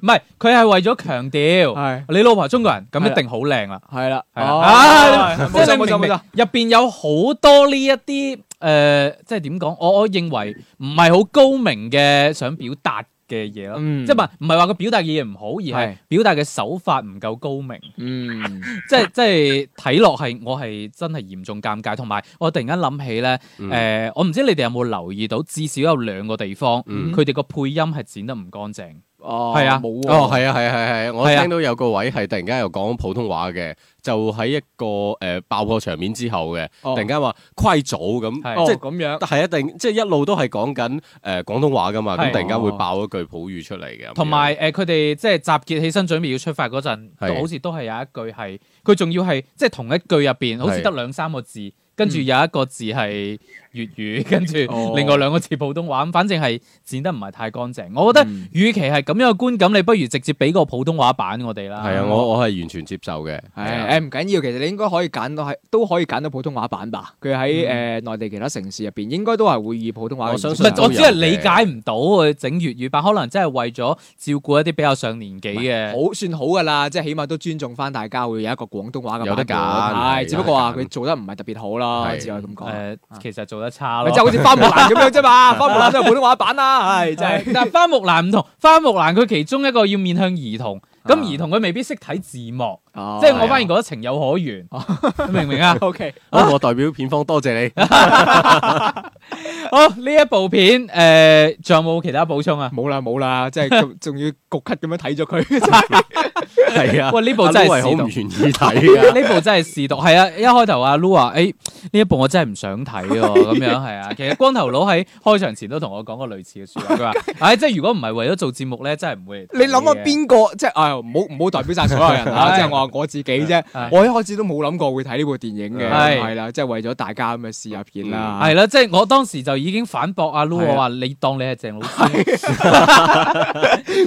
Speaker 3: 唔係佢係為咗強調，
Speaker 4: 係
Speaker 3: 你老婆中國人，咁一定好靚啦。
Speaker 4: 係啦，
Speaker 3: 係啊
Speaker 4: 哦
Speaker 3: 啊，即係
Speaker 4: 冇錯冇
Speaker 3: 你
Speaker 4: 錯
Speaker 3: 明
Speaker 4: 冇
Speaker 3: 明
Speaker 4: 錯，
Speaker 3: 入邊有好多呢一啲誒，即係點講？我我認為唔係好高明嘅想表達嘅嘢咯。
Speaker 4: 嗯
Speaker 3: 即係唔係唔係話個表達嘅嘢唔好，而係
Speaker 4: 係
Speaker 3: 表達嘅手法唔夠高明，
Speaker 4: 嗯
Speaker 3: 即係即係睇落係我係真係嚴重尷尬，同埋我突然間諗起咧，誒、
Speaker 5: 嗯
Speaker 3: 我唔知你哋有冇留意到，至少有兩個地方
Speaker 5: 嗯
Speaker 3: 佢哋個配音係剪得唔乾淨。
Speaker 4: 哦
Speaker 3: 係啊
Speaker 4: 冇
Speaker 5: 哦，
Speaker 4: 喎，
Speaker 5: 係啊，係啊，係啊，我
Speaker 3: 係啊
Speaker 5: 聽到有個位係突然間又講普通話嘅，就喺一個誒、呃爆破場面之後嘅，
Speaker 4: 哦
Speaker 5: 突然間話虧組咁，
Speaker 3: 係
Speaker 4: 即
Speaker 5: 即
Speaker 4: 係
Speaker 5: 係
Speaker 4: 咁樣，
Speaker 5: 係一定即係一路都係講緊誒廣東話噶嘛，咁
Speaker 3: 係
Speaker 5: 突然間會爆一句普語出嚟嘅，咁樣
Speaker 3: 同埋誒佢哋即係集結起身準備要出發嗰陣，
Speaker 5: 係
Speaker 3: 好似都係有一句係佢仲要係即係同一句入邊，好似得兩三個字，跟
Speaker 5: 嗯
Speaker 3: 住有一個字係粵 語，跟
Speaker 4: 哦
Speaker 3: 住另外兩個字普通話，咁反正係剪得唔係太乾淨。我覺得
Speaker 4: 嗯
Speaker 3: 與其係咁樣嘅觀感，你不如直接俾個普通話版我哋啦。
Speaker 5: 係啊，我我係完全接受嘅，啊
Speaker 4: 係啊
Speaker 3: 啊
Speaker 4: 誒唔緊要，其實你應該可以揀到係都可以揀到普通話版吧。佢喺誒內地其他城市入邊應該都係會以普通話嘅
Speaker 5: 我相
Speaker 4: 形
Speaker 3: 唔
Speaker 4: 式
Speaker 5: 信
Speaker 4: 上
Speaker 3: 係，嗯我啊
Speaker 5: 都有
Speaker 3: 只係理解唔到佢整粵語版，可能真係為咗照顧一啲比較上年紀嘅。
Speaker 5: 啊
Speaker 4: 好算好噶啦，即係起碼都尊重翻大家會有一個廣東話嘅
Speaker 5: 有得
Speaker 4: 版本
Speaker 5: 揀
Speaker 4: 係
Speaker 5: 係
Speaker 4: 只不過話
Speaker 5: 有得揀
Speaker 4: 佢做得唔係特別好啦，
Speaker 5: 係
Speaker 4: 只可以咁
Speaker 3: 誒，
Speaker 4: 講。啊
Speaker 3: 呃其實做得差
Speaker 4: 咪
Speaker 3: 咯。
Speaker 4: 就好似花木蘭咁樣啫嘛，花木蘭都係普通話版啦， 係真係。
Speaker 3: 係，但花木蘭唔同，花木蘭佢其中一個要面向兒童，咁
Speaker 4: 啊哦
Speaker 3: 兒童佢未必識睇字幕，即
Speaker 4: 即？
Speaker 3: 係我反而覺得情有可原，你明唔明啊
Speaker 4: O K，
Speaker 5: 好我代表片方多謝你，
Speaker 3: 好，呢一部片誒，仲有冇其他補充啊？
Speaker 4: 冇啦冇啦，即係仲仲要焗咳咁樣睇咗佢，真係
Speaker 5: 係啊，
Speaker 3: 喂呢部真係
Speaker 5: 阿 Lou 好唔願意睇
Speaker 4: 啊
Speaker 5: 啊
Speaker 3: 呢部真係試讀，係啊！一開頭阿 Lu 話：，誒呢一部我真係唔想睇喎，咁樣係 啊。其實光頭佬喺開場前都同我講過類似嘅説話，佢話：， 唉，即係如果唔係為咗做節目咧，真係唔會嚟睇
Speaker 4: 你
Speaker 3: 嘅。
Speaker 4: 諗下邊個？ 即係哎呀，唔好唔好代表晒所有人啦，
Speaker 3: 係
Speaker 4: 即係我話我自己啫
Speaker 3: 係。
Speaker 4: 我一開始都冇諗過會睇呢部電影嘅，
Speaker 3: 係
Speaker 4: 係啦，即係為咗大家咁嘅試下片啦。
Speaker 3: 係啦，即係我當時就已經反駁阿 Lu，
Speaker 4: 係啊
Speaker 3: 我話你當你係鄭老師。啊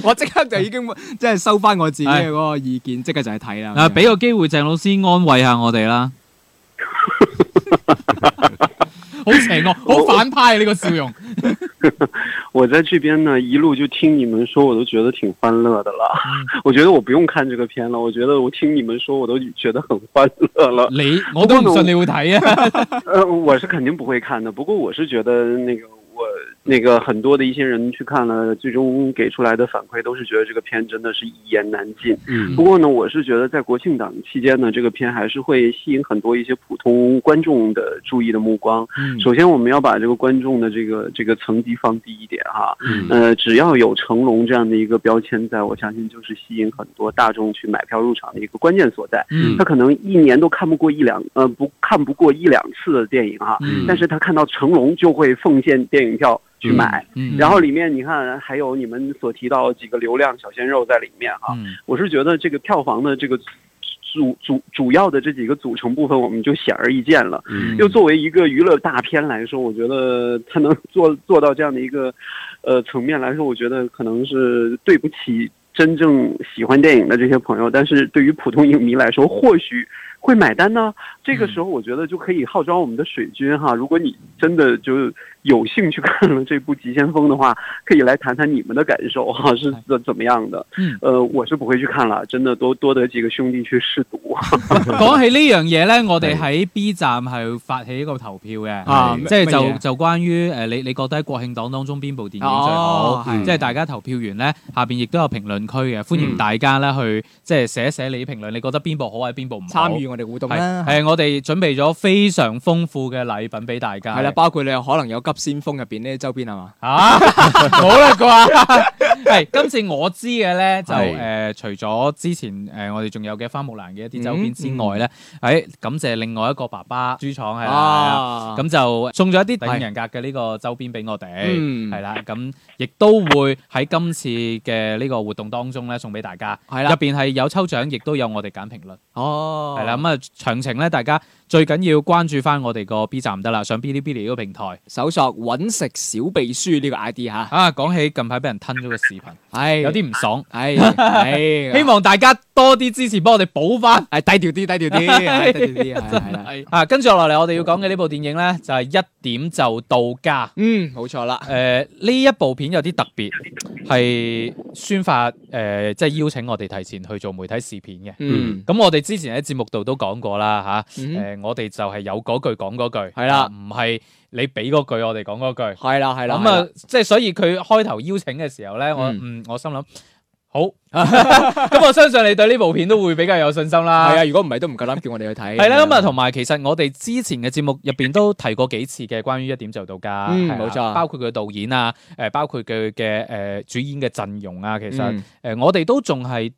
Speaker 4: 我即刻就已經即係收翻我自己
Speaker 3: 啊
Speaker 4: 嘅嗰個意見，即刻就係睇啦。
Speaker 3: 嗱，俾個機會鄭老師安慰下我哋啦。好邪惡，好反派呢個笑容。
Speaker 6: 我在这边呢，一路就听你们说，我都觉得挺欢乐的了。
Speaker 3: 嗯
Speaker 6: 我觉得我不用看这个片了，我觉得我听你们说，我都觉得很欢乐了。
Speaker 3: 你我都唔信你會睇啊！
Speaker 6: 呃，我是肯定不会看的，不过我是觉得那个我那个很多的一些人去看了，最终给出来的反馈都是觉得这个片真的是一言难尽。
Speaker 5: 嗯
Speaker 6: 不过呢，我是觉得在国庆档期间呢，这个片还是会吸引很多一些普通观众的注意的目光。
Speaker 3: 嗯
Speaker 6: 首先，我们要把这个观众的这个这个层级放低一点哈。
Speaker 5: 嗯
Speaker 6: 呃，只要有成龙这样的一个标签在，我相信就是吸引很多大众去买票入场的一个关键所在。
Speaker 3: 嗯
Speaker 6: 他可能一年都看不过一两呃不看不过一两次的电影哈，
Speaker 3: 嗯
Speaker 6: 但是他看到成龙就会奉献电影票去买。
Speaker 3: 嗯
Speaker 6: 然后里面你看还有你们所提到几个流量小鲜肉在里面哈，
Speaker 3: 嗯
Speaker 6: 我是觉得这个票房的这个主主主要的这几个组成部分，我们就显而易见了。
Speaker 5: 嗯
Speaker 6: 又作为一个娱乐大片来说，我觉得他能做 做到这样的一个，呃层面来说，我觉得可能是对不起真正喜欢电影的这些朋友，但是对于普通影迷来说，或许会买单呢。这个时候，我觉得就可以号召我们的水军哈，如果你真的就有兴趣 看了这部《急先锋》的话，可以来谈谈你们的感受哈，是怎怎么样的？
Speaker 3: 嗯
Speaker 6: 呃，我是不会去看了，真的多多得几个兄弟去试毒。
Speaker 3: 講起呢樣嘢咧，我哋喺 B 站係發起一個投票嘅，嗯
Speaker 4: 啊
Speaker 3: 即係
Speaker 4: 乜
Speaker 3: 就
Speaker 4: 嘢
Speaker 3: 就關於誒你你覺得喺國慶檔當中邊部電影最
Speaker 4: 哦
Speaker 3: 好？嗯
Speaker 4: 係
Speaker 3: 即係大家投票完咧，下邊亦都有評論區嘅，歡迎
Speaker 4: 嗯
Speaker 3: 大家咧去即係寫一寫你評論，你覺得邊部好，或者邊部唔好
Speaker 4: 參與。我哋互動
Speaker 3: 係
Speaker 4: 啦。
Speaker 3: 係我哋準備咗非常豐富嘅禮品俾大家。
Speaker 4: 係啦，包括你有可能有急先鋒入邊呢啲周邊係嘛？
Speaker 3: 啊，冇啦啩？係今次我知嘅咧，就
Speaker 5: 係
Speaker 3: 誒、呃除咗之前誒、呃我哋仲有嘅花木蘭嘅一
Speaker 4: 嗯
Speaker 3: 啲周邊之外咧，喺、感謝另外一個爸爸豬廠係啦，係啦
Speaker 4: 啊，
Speaker 3: 咁、就送咗一啲第五
Speaker 4: 係
Speaker 3: 人格嘅呢個周邊俾我哋。
Speaker 4: 嗯
Speaker 3: 係啦，咁亦都會喺今次嘅呢個活動當中咧送俾大家，
Speaker 4: 係
Speaker 3: 入
Speaker 4: 啦，
Speaker 3: 邊係有抽獎，亦都有我哋揀評論。
Speaker 4: 哦
Speaker 3: 係啦，，咁啊詳情咧，大家最緊要關注翻我哋個 B 站得啦，上 Bilibili 嗰個平台。
Speaker 4: 搜索揾食小秘書呢個 ID 吓，
Speaker 3: 啊，講起近排俾人吞咗個視頻，
Speaker 4: 唉，
Speaker 3: 有啲唔爽。
Speaker 4: 唉，唉，
Speaker 3: 希望大家多啲支持，幫我哋補翻。
Speaker 4: 係低調啲，低調 啲，係低調啲，係係啦，
Speaker 3: 啊，跟住落嚟我哋要講嘅呢部電影呢，就係、一點就到家。
Speaker 4: 嗯，冇錯啦，
Speaker 3: 誒、呢一部片有啲特別，係宣發誒、呃即係邀請我哋提前去做媒體試片嘅。
Speaker 4: 嗯，
Speaker 3: 咁我哋之前喺節目度都講過啦嚇，誒、呃
Speaker 4: 嗯
Speaker 3: 我哋就係有嗰句講嗰句，
Speaker 4: 係啦
Speaker 3: 啊唔係你俾嗰句我哋講嗰句。
Speaker 4: 係啦，係啦，
Speaker 3: 咁啊，即係所以佢開頭邀請嘅時候咧，我
Speaker 4: 嗯
Speaker 3: 嗯我心諗好， 咁我相信你對呢部片都會比較有信心啦。
Speaker 4: 係啊，如果唔係都唔夠膽叫我哋去睇，
Speaker 3: 係啦，咁啊，同埋其實我哋之前嘅節目入邊都提過幾次嘅關於一點就到家，
Speaker 4: 嗯
Speaker 3: 係啊
Speaker 4: 冇錯
Speaker 3: 包括佢導演啊，誒，包括佢嘅誒主演嘅陣容啊，其實
Speaker 4: 嗯
Speaker 3: 誒我哋都仲係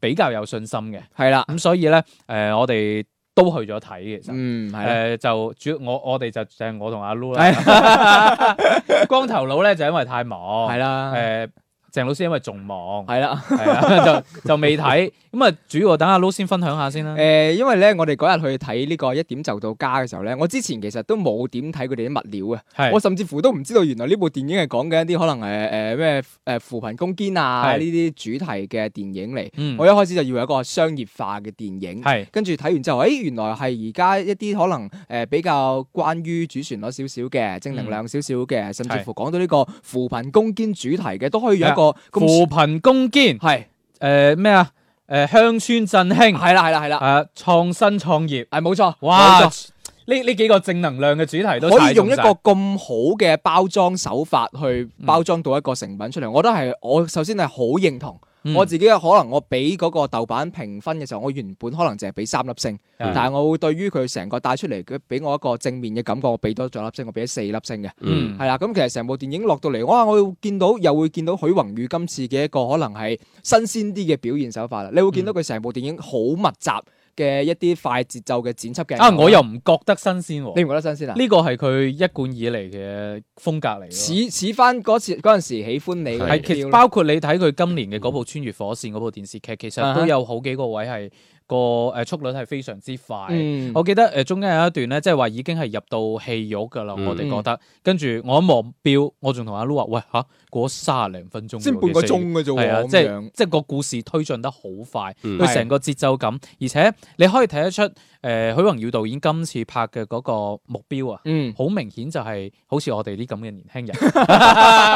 Speaker 3: 比較有信心嘅，
Speaker 4: 係啦，
Speaker 3: 咁所以咧誒我哋都去咗睇其實。
Speaker 4: 嗯，係啦，
Speaker 3: 誒就主要我我哋就就係我同阿 Lu
Speaker 4: 係
Speaker 3: 啦， 光頭佬咧就因為太忙，
Speaker 4: 係啦，
Speaker 3: 誒呃鄭老師因為仲 忙，
Speaker 4: 係啦。
Speaker 3: 係啦，就就未睇。咁啊，主要我等阿 Loo 先分享下先啦
Speaker 4: 誒、。因為咧，我哋嗰日去睇呢個一點就到家嘅時候咧，我之前其實都冇點睇佢哋啲物料啊，
Speaker 3: 係
Speaker 4: 我甚至乎都唔知道原來呢部電影係講緊一啲可能
Speaker 3: 嗯
Speaker 4: 誒誒咩誒扶貧攻堅啊
Speaker 3: 係
Speaker 4: 呢啲主題嘅電影嚟。
Speaker 3: 嗯
Speaker 4: 我一開始就以為一個商業化嘅電影，
Speaker 3: 係
Speaker 4: 跟住睇完之後，誒、原來係而家一啲可能誒、比較關於主旋律少少嘅、正能量少少
Speaker 3: 嗯
Speaker 4: 嘅，甚至乎講到呢個扶貧攻堅主題嘅，都可以有一個
Speaker 3: 啊扶
Speaker 4: 咁
Speaker 3: 貧攻堅，
Speaker 4: 係
Speaker 3: 誒咩啊？誒鄉村振興，
Speaker 4: 係啦係啊啦係啦，
Speaker 3: 誒創新創業，
Speaker 4: 係冇錯，冇
Speaker 3: 啊哇！
Speaker 4: 錯
Speaker 3: 呢呢幾個正能量嘅主題都
Speaker 4: 可以用一
Speaker 3: 踩中晒
Speaker 4: 個咁好嘅包裝手法去
Speaker 3: 嗯
Speaker 4: 包裝到一個成品出嚟，我覺得係我首先係好認同。
Speaker 3: 嗯
Speaker 4: 我自己可能我俾嗰個豆瓣評分嘅時候，我原本可能淨係俾三粒星，
Speaker 3: 嗯
Speaker 4: 但係我會對於佢成個帶出嚟，佢俾我一個正面嘅感覺，我俾多咗粒星，我俾咗四粒星嘅。
Speaker 5: 嗯
Speaker 3: 嗯
Speaker 4: 係啦，咁其實成部電影落到嚟，哇！我會見到又會見到許宏宇今次嘅一個可能係新鮮啲嘅表現手法啦。你會
Speaker 3: 嗯
Speaker 4: 見到佢成部電影好密集嘅一啲快節奏嘅剪輯嘅。
Speaker 3: 啊，我又唔覺得新鮮
Speaker 4: 你
Speaker 3: 喎。
Speaker 4: 唔覺得新鮮啊？
Speaker 3: 呢個係佢一貫以嚟嘅風格嚟喎。
Speaker 4: 似似翻嗰次嗰陣時喜歡你
Speaker 5: 係
Speaker 4: 嘅
Speaker 3: 係，
Speaker 4: 調
Speaker 3: 其實
Speaker 4: 啦
Speaker 3: 包括你睇佢今年嘅嗰部《穿越火線》嗰部電視劇，其實
Speaker 4: 啊哈
Speaker 3: 都有好幾個位係個誒速率係非常之快。
Speaker 4: 嗯
Speaker 3: 我記得誒、呃中間有一段咧，即係話已經係入到戲肉㗎啦，
Speaker 5: 嗯
Speaker 3: 我哋覺得。跟住我一望表，我仲同阿 Lu 話：喂嚇，過咗卅零分鐘，
Speaker 4: 先半個鐘。嘅啫
Speaker 3: 係啊，
Speaker 4: 喎，
Speaker 3: 即
Speaker 4: 咁
Speaker 3: 係
Speaker 4: 樣
Speaker 3: 即係個故事推進得好快，
Speaker 5: 嗯
Speaker 3: 佢成個節奏感，而且你可以睇得出，誒、許宏耀導演今次拍嘅嗰個目標啊，
Speaker 4: 嗯，
Speaker 3: 好明顯就係好似我哋啲咁嘅年輕人，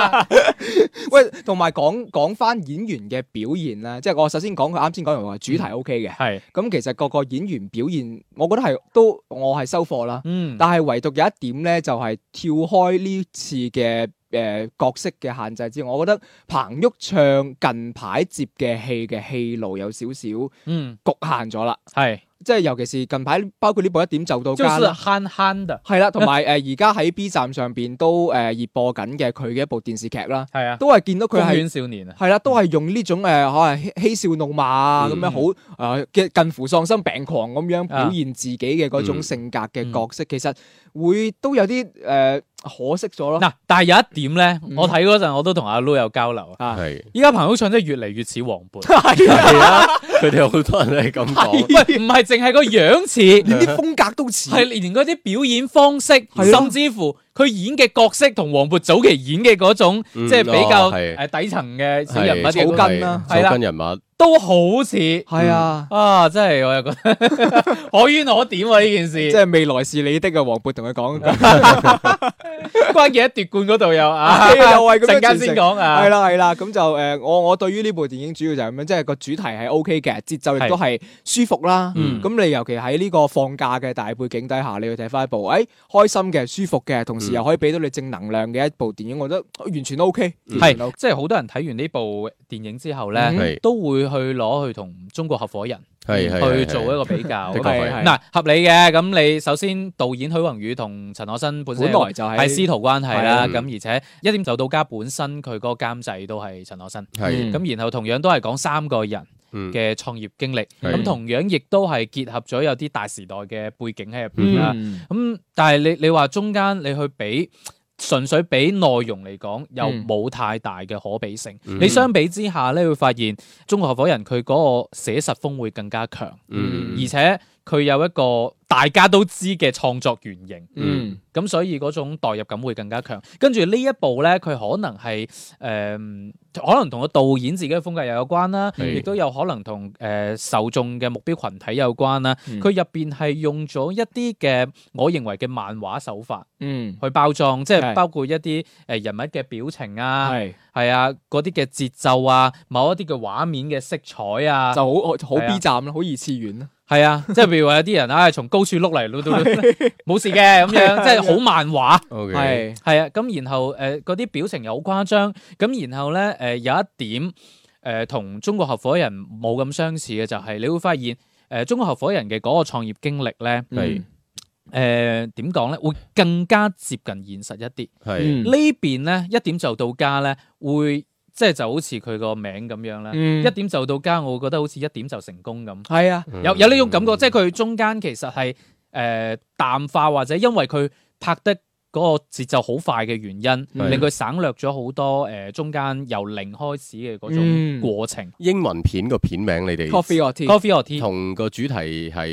Speaker 4: 喂，同埋講講翻演員嘅表現啦，即係我首先講佢啱先講完話主題
Speaker 3: 嗯
Speaker 4: O K 嘅，
Speaker 3: 係，
Speaker 4: 咁其實個個演員表現，我覺得係都我係收貨啦。
Speaker 3: 嗯，
Speaker 4: 但係唯獨有一點咧，就係、跳開呢次嘅誒、呃角色嘅限制之外，我覺得彭昱暢近排接嘅戲嘅戲路有少少局
Speaker 3: 嗯，
Speaker 4: 限咗啦，
Speaker 3: 係，
Speaker 4: 即係尤其是近排包括呢部一點就到
Speaker 3: 就
Speaker 4: 家
Speaker 3: 是啊
Speaker 4: 啦。
Speaker 3: 慳慳的，
Speaker 4: 係啦，同埋 誒而家喺 B 站上邊都誒、呃、熱播緊嘅佢嘅一部電視劇啦，
Speaker 3: 係啊，
Speaker 4: 都係見到佢
Speaker 3: 公
Speaker 4: 係
Speaker 3: 園少年啊，
Speaker 4: 係啦，都係用呢種誒、呃可能嬉嬉笑怒罵啊咁
Speaker 5: 嗯
Speaker 4: 樣好誒嘅、近乎喪心病狂咁樣
Speaker 3: 啊
Speaker 4: 表現自己嘅嗰種
Speaker 5: 嗯
Speaker 4: 性格嘅角色，其實會都有啲誒、呃可惜咗咯。
Speaker 3: 嗱，但係有一點咧，
Speaker 4: 嗯
Speaker 3: 我睇嗰陣我都同阿 Lu 有交流啊，
Speaker 4: 啊，
Speaker 5: 係
Speaker 3: 依家彭昱暢真係越嚟越似黃渤。
Speaker 4: 係啊，
Speaker 5: 係啊，佢哋好多人都係咁 講。
Speaker 3: 喂，唔係淨係個樣 似，
Speaker 4: 連啲風格都似。
Speaker 3: 係連嗰啲表演方式，
Speaker 4: 咯
Speaker 3: 甚至乎佢演嘅角色同黃渤早期演嘅嗰種，
Speaker 5: 嗯
Speaker 3: 即係比較
Speaker 5: 哦係
Speaker 3: 誒底層嘅小人物嘅
Speaker 5: 係
Speaker 4: 草
Speaker 3: 嗰種
Speaker 4: 根
Speaker 5: 係
Speaker 4: 啦
Speaker 5: 草
Speaker 3: 係啦
Speaker 5: 根人物。
Speaker 3: 都好似
Speaker 4: 係啊，
Speaker 3: 啊！真係我又覺得 可圈可點啊喎呢件
Speaker 4: 即
Speaker 3: 事。
Speaker 4: 係未來是你的嘅黃渤同佢講，
Speaker 3: 關鍵喺奪冠嗰度又啊，
Speaker 4: 係啊又係咁 樣
Speaker 3: 陣間先講啊。
Speaker 4: 係啦係啦，咁就誒我我對於呢部電影主要就係咁樣，即係個主題係 O K 嘅，節奏亦都係舒服啦。
Speaker 3: 嗯
Speaker 4: 咁你尤其喺呢個放假嘅大背景底下，你去睇翻一部誒開心嘅、舒服嘅，同時
Speaker 5: 嗯
Speaker 4: 又可以俾到你正能量嘅一部電影，我覺得哦完全 O K。
Speaker 5: 嗯
Speaker 4: 完
Speaker 3: 係
Speaker 4: 全 OK，
Speaker 3: 即係好多人睇完呢部電影之後咧，
Speaker 4: 嗯
Speaker 5: 係
Speaker 3: 都會去攞去同中國合伙人
Speaker 5: 係係
Speaker 3: 去
Speaker 5: 係
Speaker 3: 做一個比較。
Speaker 5: 的確
Speaker 4: 係
Speaker 5: 係
Speaker 4: 係
Speaker 3: 嗱，合理嘅。咁你首先導演許宏宇同陳可辛本身
Speaker 4: 本來就係
Speaker 3: 係師徒關係啦，
Speaker 5: 係
Speaker 3: 咁而且一點就到家本身佢嗰個監製都係陳可辛，
Speaker 5: 係
Speaker 4: 嗯
Speaker 3: 咁然後同樣都係講三個人
Speaker 5: 嗯
Speaker 3: 嘅創業經歷，
Speaker 5: 係
Speaker 3: 咁同樣亦都係結合咗有啲大時代嘅背景喺入邊啦。
Speaker 4: 嗯
Speaker 3: 咁但係你你話中間你去比。純粹比內容嚟講，又
Speaker 4: 嗯
Speaker 3: 冇太大嘅可比性。
Speaker 5: 嗯
Speaker 3: 你相比之下咧，會發現中國合伙人佢嗰個寫實風會更加強，
Speaker 5: 嗯
Speaker 3: 而且佢有一個大家都知嘅創作原型。
Speaker 4: 嗯
Speaker 3: 咁所以嗰種代入感會更加強。跟住呢一部咧，佢可能係誒、嗯可能同個導演自己嘅風格又有關啦，
Speaker 5: 係
Speaker 3: 亦都有可能同誒、呃受眾嘅目標群體有關啦。
Speaker 4: 嗯
Speaker 3: 佢入邊係用咗一啲嘅我認為嘅漫畫手法
Speaker 4: 嗯
Speaker 3: 去包裝，即係
Speaker 4: 係
Speaker 3: 包括一啲誒人物嘅表情啊，
Speaker 4: 係
Speaker 3: 係啊嗰啲嘅節奏啊，某一啲嘅畫面嘅色彩啊，
Speaker 4: 就好好好
Speaker 3: 係啊
Speaker 4: B 站啦，好二次元啦。
Speaker 3: 係啊，即係譬如話有啲人啊從高處碌嚟，碌 到冇事嘅咁樣，即係好漫畫。
Speaker 5: O K，
Speaker 4: 係
Speaker 3: 係啊，咁然後誒嗰啲表情又好誇張，咁然後咧誒、呃有一點誒同、中國合伙人冇咁相似嘅就係、你會發現誒、呃中國合伙人嘅嗰個創業經歷咧
Speaker 4: 嗯
Speaker 5: 係
Speaker 3: 誒點講咧，會更加接近現實一啲。
Speaker 5: 係
Speaker 4: 嗯
Speaker 3: 呢邊咧一點就到家咧，會即係就好似佢個名咁樣啦。
Speaker 4: 嗯
Speaker 3: 一點就到家，我覺得好似一點就成功咁。
Speaker 4: 係啊，
Speaker 3: 有有呢種感覺，即係佢中間其實係誒、呃淡化，或者因為佢拍得嗰個節奏好快嘅原因，
Speaker 5: 嗯
Speaker 3: 令佢省略咗好多誒、呃中間由零開始嘅嗰種
Speaker 4: 嗯
Speaker 3: 過程。
Speaker 5: 英文片個片名，你哋
Speaker 4: Coffee or Tea。
Speaker 3: Coffee or tea，
Speaker 5: 同個主題係
Speaker 4: 誒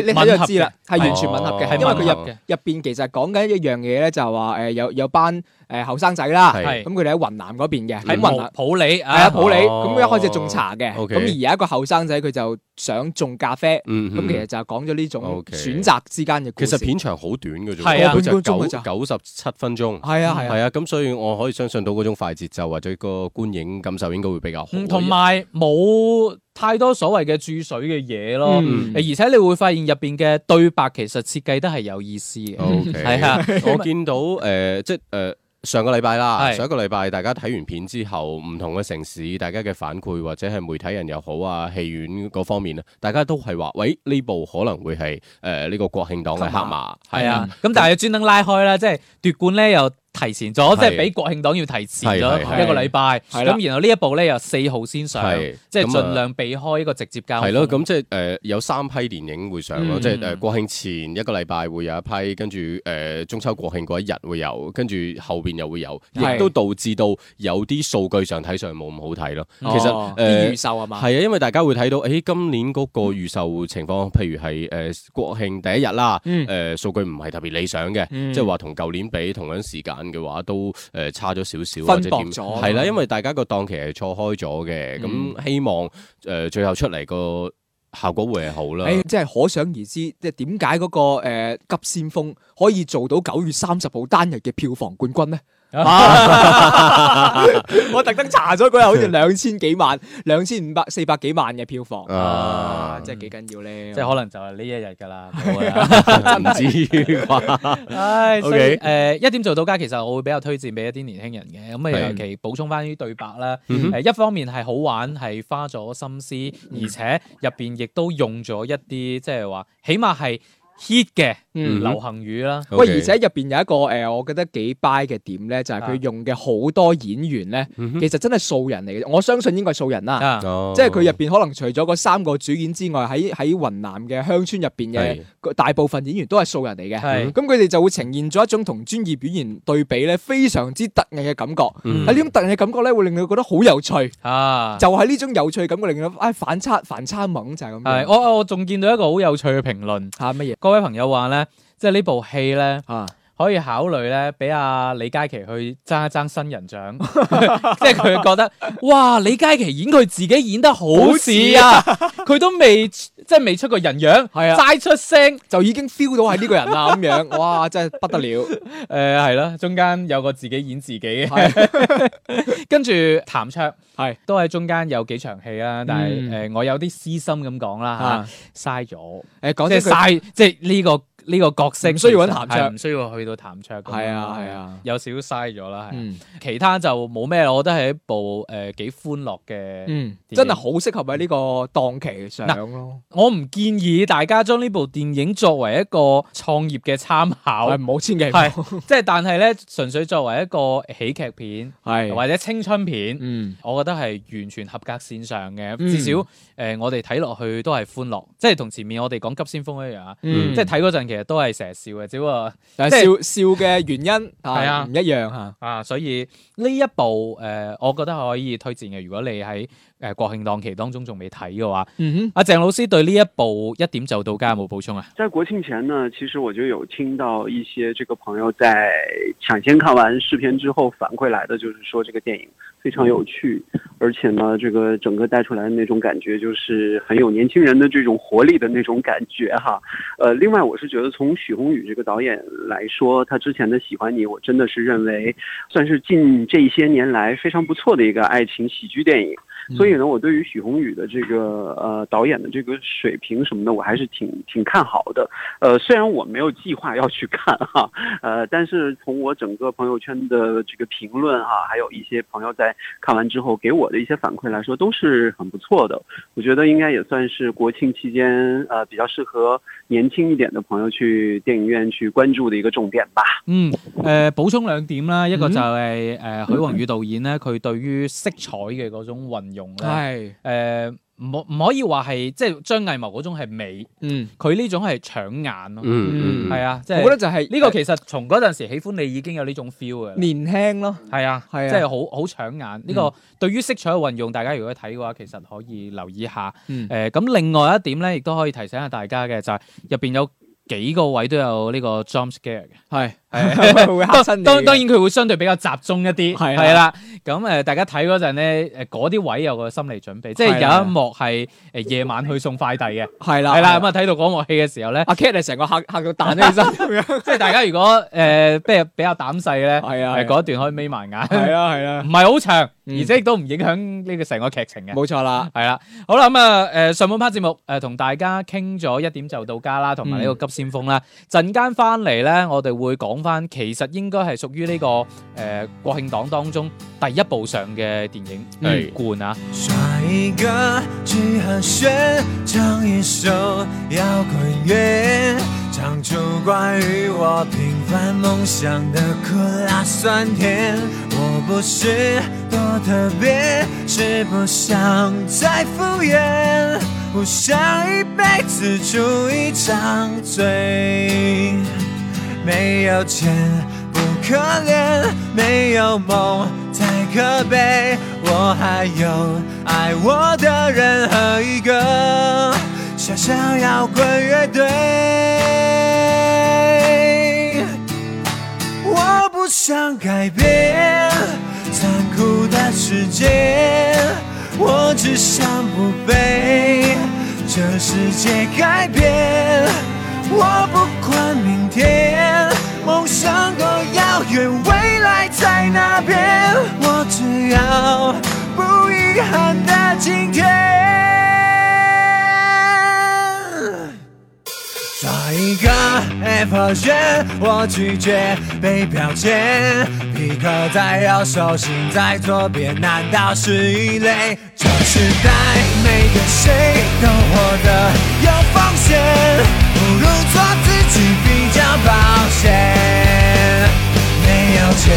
Speaker 4: 你你睇
Speaker 3: 吻
Speaker 4: 就
Speaker 3: 合
Speaker 4: 知啦，係完全吻合
Speaker 5: 哦
Speaker 4: 嘅，
Speaker 5: 係
Speaker 4: 因為
Speaker 3: 吻
Speaker 4: 佢
Speaker 3: 合
Speaker 4: 入
Speaker 3: 嘅，
Speaker 4: 入邊其實講緊一樣嘢咧，就係話誒有有班誒後生仔啦，
Speaker 5: 係嗯
Speaker 4: 咁佢哋喺雲南嗰邊嘅，
Speaker 3: 喺
Speaker 4: 喺雲南
Speaker 3: 普普洱
Speaker 4: 係啊
Speaker 3: 啊，
Speaker 4: 普洱，
Speaker 5: 哦
Speaker 4: 咁一開始種茶嘅，
Speaker 5: OK
Speaker 4: 咁而有一個後生仔佢就想種咖啡，
Speaker 5: 嗯
Speaker 4: 咁其實就係講咗呢種
Speaker 5: OK
Speaker 4: 選擇之間嘅故
Speaker 5: 其
Speaker 4: 事。
Speaker 5: 實片長好短嘅啫，
Speaker 3: 係啊
Speaker 5: 佢就
Speaker 4: 半個鐘嘅
Speaker 5: 九
Speaker 4: 咋
Speaker 5: 九十七分鐘。
Speaker 4: 係啊係
Speaker 5: 係
Speaker 4: 啊，
Speaker 5: 啊，咁所以我可以相信到嗰種快節奏或者個觀影感受應該會比較好。
Speaker 3: 嗯同埋冇太多所謂嘅注水嘅嘢咯。
Speaker 4: 嗯
Speaker 3: 而且你會發現入邊嘅對白其實設計得係有意思嘅，
Speaker 4: 哦
Speaker 5: O K，
Speaker 3: 係啊，
Speaker 5: 我見到誒、呃即係誒、呃上個禮拜啦，
Speaker 3: 係
Speaker 5: 上一個禮拜大家睇完片之後，唔同嘅城市大家嘅反饋或者係媒體人又好啊，戲院嗰方面啊，大家都係話，喂呢部可能呃會係誒呢個國慶檔嘅黑馬，啊
Speaker 3: 啊
Speaker 5: 嗯
Speaker 3: 係啊，咁但係專登拉開啦，即係奪冠咧又提前咗，即係
Speaker 5: 係
Speaker 3: 比國慶檔要提前
Speaker 5: 係係
Speaker 3: 咗
Speaker 4: 係
Speaker 3: 一個禮拜。
Speaker 4: 係啦
Speaker 3: 咁然後呢一部咧又四號先上
Speaker 5: 係，
Speaker 3: 即係
Speaker 5: 咁啊
Speaker 3: 盡量避開呢個直接交鋒。
Speaker 5: 係咯，咁即係誒有三批電影會上咯，
Speaker 3: 嗯
Speaker 5: 即係誒國慶前一個禮拜會有一批，跟住誒中秋國慶嗰一日會有，跟住後邊又會有，
Speaker 4: 係
Speaker 5: 亦都導致到有啲數據上睇上冇咁好睇咯。嗯其
Speaker 4: 哦
Speaker 5: 實
Speaker 4: 啲
Speaker 5: 誒
Speaker 4: 預。售係嘛？
Speaker 5: 係啊，因為大家會睇到，誒今年嗰個預售情況，譬如係誒國慶第一日啦，
Speaker 4: 嗯
Speaker 5: 誒數據唔係特別理想嘅，
Speaker 4: 嗯
Speaker 5: 即係話同舊年比同樣時間嘅話，都誒差咗少少，
Speaker 4: 分
Speaker 5: 或者點
Speaker 4: 薄咗嗯
Speaker 5: 係啦，因為大家個檔期係錯開咗嘅，咁希望誒最後出嚟個效果會係好啦。
Speaker 4: 誒，即係可想而知，即係點解嗰個誒急先鋒可以做到九月三十號單日嘅票房冠軍咧？啊 我特登查咗嗰日好 似兩千幾萬、兩千五百、四百幾萬嘅票房，
Speaker 5: 啊
Speaker 4: 啊，真係幾緊要咧。
Speaker 3: 即係可能就係呢一日㗎 啦。冇㗎啦
Speaker 5: 唔知 啩？
Speaker 3: 唉，所
Speaker 5: OK
Speaker 3: 以誒一點做到家，其實我會比較推薦俾一啲年輕人嘅。咁啊，
Speaker 5: 係
Speaker 3: 尤其補充翻啲對白啦。呃
Speaker 5: 嗯
Speaker 3: 誒一方面係好玩，係花咗心思，而且入邊亦都用咗一啲即係話，起碼係 hit 嘅
Speaker 4: 嗯
Speaker 3: 流行語啦。
Speaker 4: 喂，
Speaker 5: OK
Speaker 4: 而且入邊有一個誒、呃我覺得幾 buy 嘅點咧，就係、
Speaker 3: 啊
Speaker 4: 佢用嘅好多演員咧，
Speaker 5: 嗯哼
Speaker 4: 其實真係素人嚟嘅。我相信應該係素人啦，
Speaker 3: 啊，
Speaker 5: 哦
Speaker 4: 即係佢入邊可能除咗嗰三個主演之外，喺喺雲南嘅鄉村入邊嘅
Speaker 5: 係
Speaker 4: 個大部分演員都係素人嚟嘅。
Speaker 3: 係
Speaker 4: 咁佢哋就會呈現咗一種同專業演員對比咧，非常之突兀嘅感覺。
Speaker 5: 嗯
Speaker 4: 喺呢種突兀嘅感覺咧，會令佢覺得好有趣。
Speaker 3: 啊。
Speaker 4: 就係呢種有趣感覺令到唉反差反差萌就係咁
Speaker 3: 係，
Speaker 4: 樣。
Speaker 3: 我我仲見到一個好有趣嘅評論，
Speaker 4: 嚇乜嘢
Speaker 3: 各位朋友話咧，即係呢部戲咧
Speaker 4: 啊？
Speaker 3: 可以考慮咧，俾阿李佳琦去爭一爭新人獎， 即係佢覺得哇，李佳琦演佢自己演得好似啊，佢都未即係未出過人樣，
Speaker 4: 係啊
Speaker 3: 齋出聲，
Speaker 4: 就已經 feel 到係呢個人啦咁樣，哇！真係不得了。
Speaker 3: 誒係啦，中間有個自己演自己嘅，
Speaker 4: 係
Speaker 3: 跟住譚卓
Speaker 4: 係
Speaker 3: 都喺中間有幾場戲啦，啊但係誒、
Speaker 4: 嗯
Speaker 3: 我有啲私心咁講啦
Speaker 4: 啊
Speaker 3: 嚇，嘥咗。
Speaker 4: 誒講
Speaker 3: 即
Speaker 4: 真
Speaker 3: 係
Speaker 4: 句，
Speaker 3: 嘥，即係呢個呢個角色
Speaker 4: 唔需要揾
Speaker 3: 其實
Speaker 4: 譚卓
Speaker 3: 係唔需要去到譚卓咁樣。
Speaker 4: 係啊係啊
Speaker 3: 有少少嘥咗啦。係啊
Speaker 4: 嗯
Speaker 3: 其他就冇咩啦，我覺得係一部誒幾歡樂嘅。
Speaker 4: 嗯，真係好適合喺呢個檔期上咯，
Speaker 3: 我唔建議大家將呢部電影作為一個創業嘅參考
Speaker 4: 係，唔好千祈唔
Speaker 3: 係
Speaker 4: 好
Speaker 3: 即係但係咧純粹作為一個喜劇片
Speaker 4: 係
Speaker 3: 或者青春片。
Speaker 4: 嗯
Speaker 3: 我覺得係完全合格線上嘅，
Speaker 4: 嗯
Speaker 3: 至少誒、呃我哋睇落去都係歡樂，即係同前面我哋講《急先鋒》一樣啊，
Speaker 4: 嗯，
Speaker 3: 即
Speaker 4: 即
Speaker 3: 係
Speaker 4: 係
Speaker 3: 睇嗰陣其實都係成日笑嘅，只不過
Speaker 4: 但係笑笑嘅原因
Speaker 3: 係啊
Speaker 4: 啊唔一樣嚇，
Speaker 3: 啊，所以呢一部誒、呃我覺得可以推薦嘅。如果你喺誒、呃、國慶檔期當中仲未睇嘅話，
Speaker 4: 嗯
Speaker 3: 阿鄭老師對呢一部一點就到家有冇補充啊？
Speaker 6: 在国庆前呢，其实我就有听到一些这个朋友在抢先看完试片之后反馈来的，就是说这个电影非常有趣，而且呢，这个整个带出来的那种感觉就是很有年轻人的这种活力的那种感觉哈。呃，另外我是觉得从许宏宇这个导演来说，他之前的《喜欢你》，我真的是认为算是近这些年来非常不错的一个爱情喜剧电影。所以呢，我对于许宏宇的这个呃导演的这个水平什么的，我还是挺挺看好的。呃，虽然我没有计划要去看哈、呃，但是从我整个朋友圈的这个评论哈、还有一些朋友在看完之后给我的一些反馈来说，都是很不错的。我觉得应该也算是国庆期间呃比较适合年轻一点的朋友去电影院去关注的一个重点吧。
Speaker 3: 嗯，誒、補充兩點啦，一個就係、誒、呃許宏宇導演咧，佢對於色彩嘅嗰種運用咧，誒
Speaker 4: 係
Speaker 3: 唔可唔可以話係即係張藝謀嗰種係美，
Speaker 4: 嗯，
Speaker 3: 佢呢種係搶眼咯，
Speaker 5: 嗯嗯，
Speaker 3: 係、啊，即
Speaker 4: 我覺得
Speaker 3: 係
Speaker 4: 就係
Speaker 3: 呢個其實從嗰陣時喜歡你已經有呢種 feel 嘅啦。
Speaker 4: 年輕咯，
Speaker 3: 係啊，
Speaker 4: 係啊
Speaker 3: 即係好好搶眼。呢、個對於色彩嘅運用，大家如果睇嘅話，其實可以留意下。
Speaker 4: 嗯
Speaker 3: 誒、咁另外一點咧，亦都可以提醒下大家嘅就係入邊有幾個位都有呢個 jump scare 嘅。
Speaker 4: 係係會嚇親
Speaker 3: 當當
Speaker 4: 你
Speaker 3: 當
Speaker 4: 嘅
Speaker 3: 然佢會相對比較集中一啲，
Speaker 4: 係啊
Speaker 3: 係啦。咁誒、大家睇嗰陣咧，誒嗰啲位有個心理準備，即係
Speaker 4: 係啊
Speaker 3: 有一幕係誒夜晚去送快遞嘅，
Speaker 4: 係啦
Speaker 3: 係啦。咁啊睇到嗰幕戲嘅時候咧，
Speaker 4: 阿 Cat 你成個嚇嚇到彈咗 起身咁樣，
Speaker 3: 即係大家如果誒比較比較膽細咧，
Speaker 4: 係啊
Speaker 3: 誒嗰一段可以眯埋眼，
Speaker 4: 係啊係啊
Speaker 3: 唔，係好長，
Speaker 4: 嗯
Speaker 3: 而且亦都唔影響呢個成個劇情嘅。
Speaker 4: 冇錯啦，
Speaker 3: 系啦，好啦咁啊，诶、上半 part 節目诶，呃同、大家傾咗一點就到家啦，同埋呢個急先鋒啦。陣間翻嚟咧，我哋會講翻，其實應該係屬於呢個诶、呃、國慶檔當中第一部上嘅電影
Speaker 5: 係
Speaker 3: 《冠》啊。
Speaker 2: 耍一个指和弦，唱一首摇滚乐，找讲出关于我平凡梦想的苦辣酸甜。我不是多特别，是不想再敷衍，不想一辈子出一张嘴。没有钱不可怜，没有梦才可悲。我还有爱我的人和一个小小摇滚乐队。我不想改变残酷的世界，我只想不被这世界改变。我不管明天，梦想多遥远，未来在哪边，我只要不遗憾的今天。抓一个 Apple 键，我拒绝被标签。皮革在右手，心在左边，难道是异类？这时代每个谁都活得有风险，不如做自己比较保险。没有钱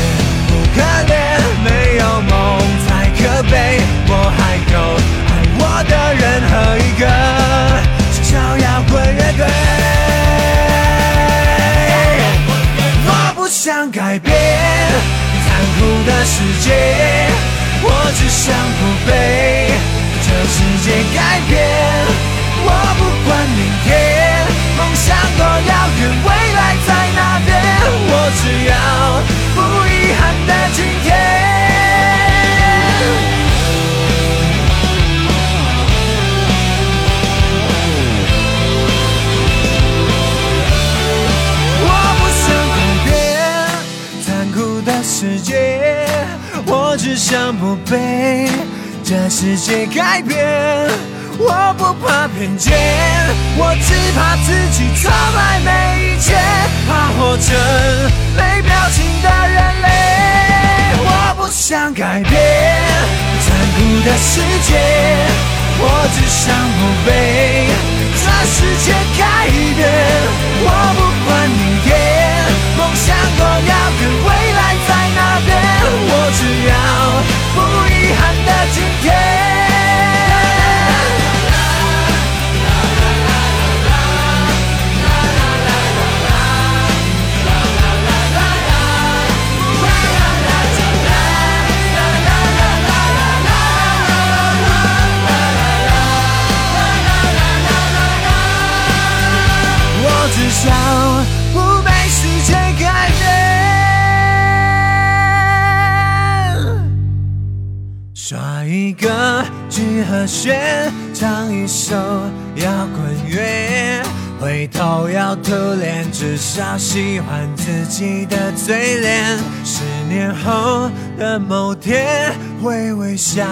Speaker 2: 不可怜，没有梦才可悲。我还有爱我的人和一个小小摇滚乐队。我不想改变残酷的世界，我只想不被这世界改变。我不管明天，梦想多遥远，未来在哪边，我只要不遗憾的今天。我不想改变残酷的世界，我只想不被这世界改变。我不怕偏见，我只怕自己从来没意见，怕活成没表情的人类。我不想改变残酷的世界，我只想不被这世界改变。我不管明天，梦想多遥远，未来在哪边？我只要不遗憾的今天。我只想不被世界改变。刷一个 G 和弦，唱一首摇滚乐，回头要吐脸，至少喜欢自己的嘴脸。十年后的某天，会微笑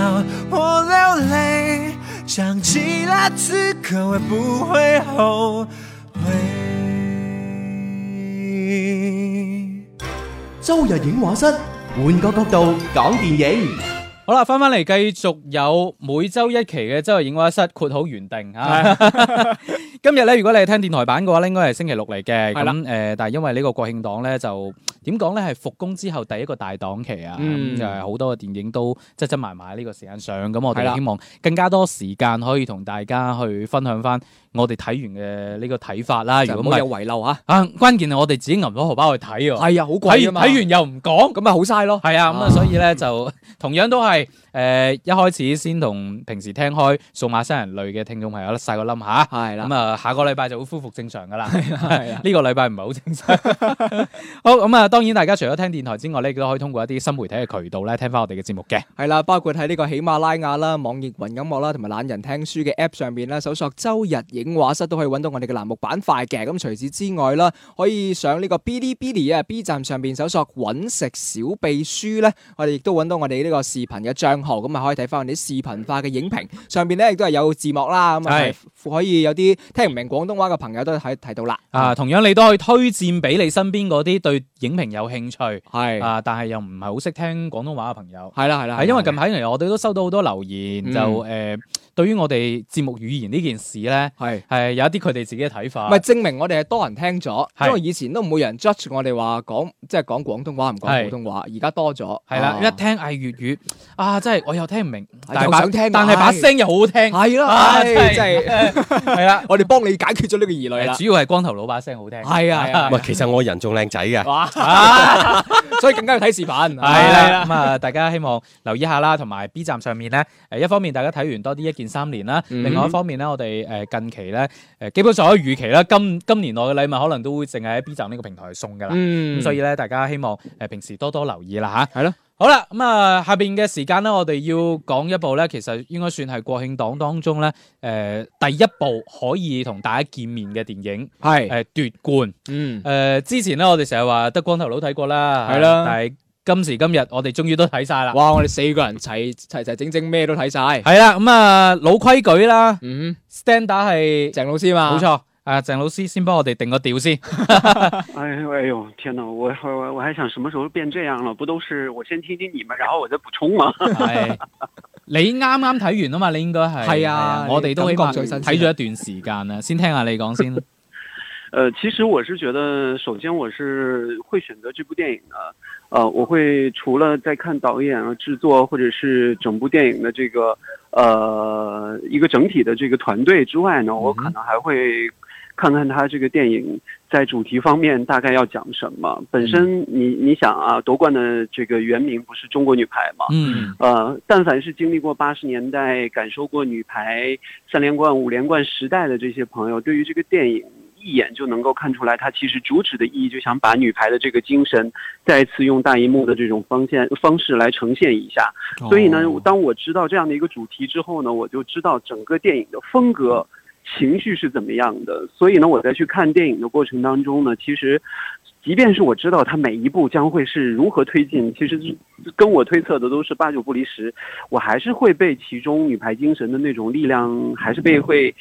Speaker 2: 或流泪，想起了此刻会不会后悔？
Speaker 7: 周日影画室，換個角度講電影。
Speaker 3: 好啦，翻翻嚟繼續有每周一期嘅周日影畫室括號原定啊。 今日咧，如果你係聽電台版嘅話咧，應該係星期六嚟嘅。
Speaker 4: 係啦
Speaker 3: 咁誒、呃但係因為呢個國慶檔咧，就點講咧係復工之後第一個大檔期啊，咁
Speaker 4: 嗯
Speaker 3: 就係好多嘅電影都擠擠埋埋喺呢個時間上。咁我
Speaker 4: 係
Speaker 3: 哋
Speaker 4: 啦
Speaker 3: 希望更加多時間可以同大家去分享翻我哋睇完嘅呢個睇法啦。
Speaker 4: 就
Speaker 3: 如
Speaker 4: 唔
Speaker 3: 果唔
Speaker 4: 好有
Speaker 3: 係
Speaker 4: 遺漏吓。
Speaker 3: 啊，關鍵係我哋自己揞咗荷包去睇喎，
Speaker 4: 係啊，好貴啊
Speaker 3: 睇
Speaker 4: 嘛。
Speaker 3: 完睇完又唔講。
Speaker 4: 咁咪好嘥咯。
Speaker 3: 系啊，咁啊，
Speaker 4: 啊
Speaker 3: 所以咧就 同樣都係诶、一開始先同平時聽開數碼新人類嘅聽眾朋友咧晒個冧下，
Speaker 4: 係啦
Speaker 3: 咁，啊下個禮拜就會恢復正常噶啦。
Speaker 4: 係啊，
Speaker 3: 呢個禮拜唔係好正 常。好咁啊，當然大家除咗聽電台之外咧，亦都可以通過一啲新媒體嘅渠道咧聽翻我哋嘅節目嘅。
Speaker 4: 係啦，包括喺呢個喜馬拉雅啦、網易雲音樂啦，同埋懶人聽書嘅 App 上邊啦，搜索周日影畫室都可以揾到我哋嘅欄目板塊嘅。咁除此之外啦，可以上呢個 Bilibili 啊 B 站上邊搜索揾食小秘書咧，我哋亦都揾到我哋呢個視頻嘅帳號，咁啊可以睇翻我哋啲視頻化嘅影評，上邊咧亦都係有字幕啦，咁
Speaker 3: 係
Speaker 4: 啊可以有啲聽唔明廣東話嘅朋友都睇睇到啦。
Speaker 3: 啊，同樣你都可以推薦俾你身邊嗰啲對影評有興趣
Speaker 4: 係
Speaker 3: 啊，但係又唔係好識聽廣東話嘅朋友。
Speaker 4: 啊係啦係啦，
Speaker 3: 係因為
Speaker 4: 係啦
Speaker 3: 近排嚟我哋都收到好多留言，
Speaker 4: 嗯
Speaker 3: 就誒呃對於我哋節目語言呢件事咧，
Speaker 4: 係。
Speaker 3: 係有一啲佢哋自己嘅睇法。
Speaker 4: 咪證明我哋係多人聽咗，
Speaker 3: 啊係
Speaker 4: 因為以前都冇人 judge 我哋話講即係講廣東話唔講
Speaker 3: 係
Speaker 4: 普通話，而家多咗。
Speaker 3: 係啦，
Speaker 4: 啊
Speaker 3: 一聽嗌粵語啊，真係我又聽唔明，但係
Speaker 4: 又
Speaker 3: 把
Speaker 4: 想聽埋
Speaker 3: 但係把聲又好好聽，
Speaker 4: 係啦，
Speaker 3: 啊
Speaker 4: 唉
Speaker 3: 真係
Speaker 4: 真係
Speaker 3: 係啦，
Speaker 4: 我哋幫你解決咗呢個疑慮啦
Speaker 3: 主。 要係光頭佬把聲好聽。
Speaker 4: 係啊係啊哦
Speaker 5: 唔係，其實我人仲靚仔嘅。
Speaker 4: 哇！啊 所以更加要睇視頻。啊
Speaker 3: 系啊啦，咁啊，大家希望留意下啦，同埋 B 站上面咧，誒一方面大家睇完多啲一鍵三連啦，
Speaker 4: 嗯
Speaker 3: 另外一方面咧，我哋誒近期咧，誒基本上可以預期啦，今今年內嘅禮物可能都會淨係喺 B 站呢個平台送噶啦，咁、
Speaker 4: 嗯，
Speaker 3: 所以咧，大家希望誒平時多多留意啦嚇。
Speaker 4: 係咯，
Speaker 3: 好啦，咁啊，下邊嘅時間咧，我哋要講一部咧，其實應該算係國慶檔當中咧，誒、第一部可以同大家見面嘅電影，誒、
Speaker 4: 係
Speaker 3: 奪冠。
Speaker 4: 嗯
Speaker 3: 誒、之前咧，我哋成日話得光頭佬睇過啦，
Speaker 4: 係啦
Speaker 3: 但係今時今日，我哋終於都睇晒啦。
Speaker 4: 哇！我哋四個人齊齊齊整整咩都睇晒。
Speaker 3: 係啦，咁、啊，老規矩啦
Speaker 4: 嗯，
Speaker 3: ，stand 打係
Speaker 4: 鄭老師嘛，
Speaker 3: 冇。錯。啊，鄭老師先幫我哋定個調先。
Speaker 6: 哎呦哎呦，天哪！我我我我还想什么时候变这样了？不都是我先听听你们，然后我再补充吗？
Speaker 3: 係你啱啱睇完啊嘛，你應該係
Speaker 4: 係啊你
Speaker 3: 我哋都起碼
Speaker 4: 感覺最新啊鮮
Speaker 3: 睇咗一段時間啦，先聽下你講 先。
Speaker 6: 呃，其实我是觉得，首先我是会选择这部电影的。呃，我会除了在看导演啊、制作或者是整部电影的这个呃一个整体的这个团队之外呢，我可能还会看看他这个电影在主题方面大概要讲什么。本身你你想啊，夺冠的这个原名不是中国女排吗？
Speaker 3: 嗯，
Speaker 6: 呃，但凡是经历过八十年代、感受过女排三连冠、五连冠时代的这些朋友，对于这个电影一眼就能够看出来，它其实主旨的意义就想把女排的这个精神，再次用大荧幕的这种方向方式来呈现一下。嗯
Speaker 3: 哦
Speaker 6: 所以呢，当我知道这样的一个主题之后呢，我就知道整个电影的风格、情绪是怎么样的。所以呢，我在去看电影的过程当中呢，其实。即便是我知道它每一步将会是如何推进，其实跟我推测的都是八九不离十，我还是会被其中女排精神的那种力量，还是被会。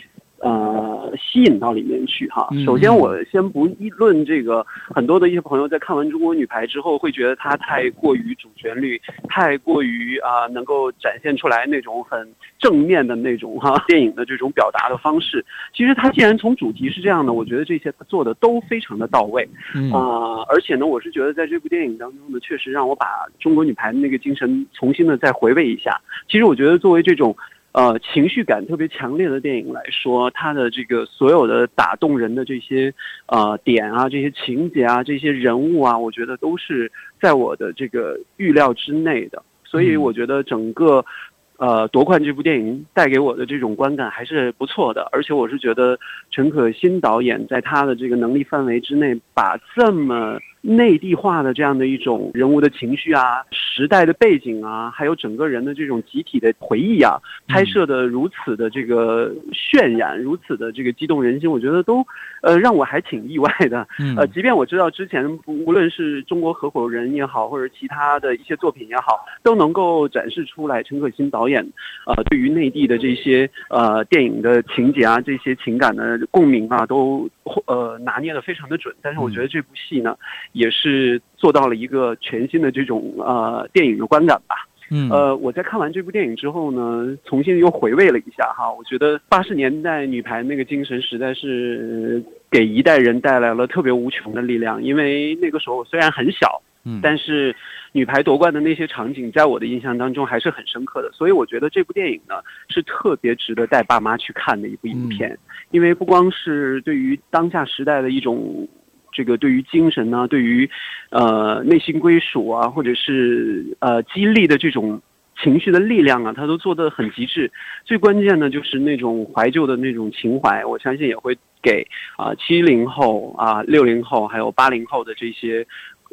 Speaker 6: 呃，吸引到里面去哈。首先，我先不议论这个，很多的一些朋友在看完中国女排之后，会觉得她太过于主旋律，太过于啊、能够展现出来那种很正面的那种哈、 电影的这种表达的方式。其实她既然从主题是这样的，我觉得这些她做的都非常的到位。
Speaker 4: 嗯
Speaker 6: 啊、而且呢，我是觉得在这部电影当中呢，确实让我把中国女排的那个精神重新的再回味一下。其实我觉得作为这种呃情绪感特别强烈的电影来说，它的这个所有的打动人的这些呃点啊、这些情节啊、这些人物啊，我觉得都是在我的这个预料之内的。所以我觉得整个。呃，夺冠这部电影带给我的这种观感还是不错的，而且我是觉得陈可辛导演在他的这个能力范围之内，把这么内地化的这样的一种人物的情绪啊、时代的背景啊，还有整个人的这种集体的回忆啊，拍摄的如此的这个渲染，如此的这个激动人心，我觉得都呃让我还挺意外的。
Speaker 3: 嗯
Speaker 6: 呃，即便我知道之前不无论是中国合伙人也好，或者其他的一些作品也好，都能够展示出来陈可辛导演呃对于内地的这些呃电影的情节啊，这些情感的共鸣啊，都呃拿捏的非常的准。但是我觉得这部戏呢，也是做到了一个全新的这种呃电影的观感吧。
Speaker 3: 嗯，
Speaker 6: 呃，我在看完这部电影之后呢，重新又回味了一下哈，我觉得八十年代女排那个精神实在是呃给一代人带来了特别无穷的力量。因为那个时候我虽然很小，
Speaker 3: 嗯
Speaker 6: 但是女排夺冠的那些场景，在我的印象当中还是很深刻的。所以我觉得这部电影呢，是特别值得带爸妈去看的一部影片，因为不光是对于当下时代的一种。这个对于精神呢、对于呃内心归属啊，或者是呃激励的这种情绪的力量啊，他都做得很极致。最关键呢，就是那种怀旧的那种情怀，我相信也会给啊七零后啊六零后还有八零后的这些。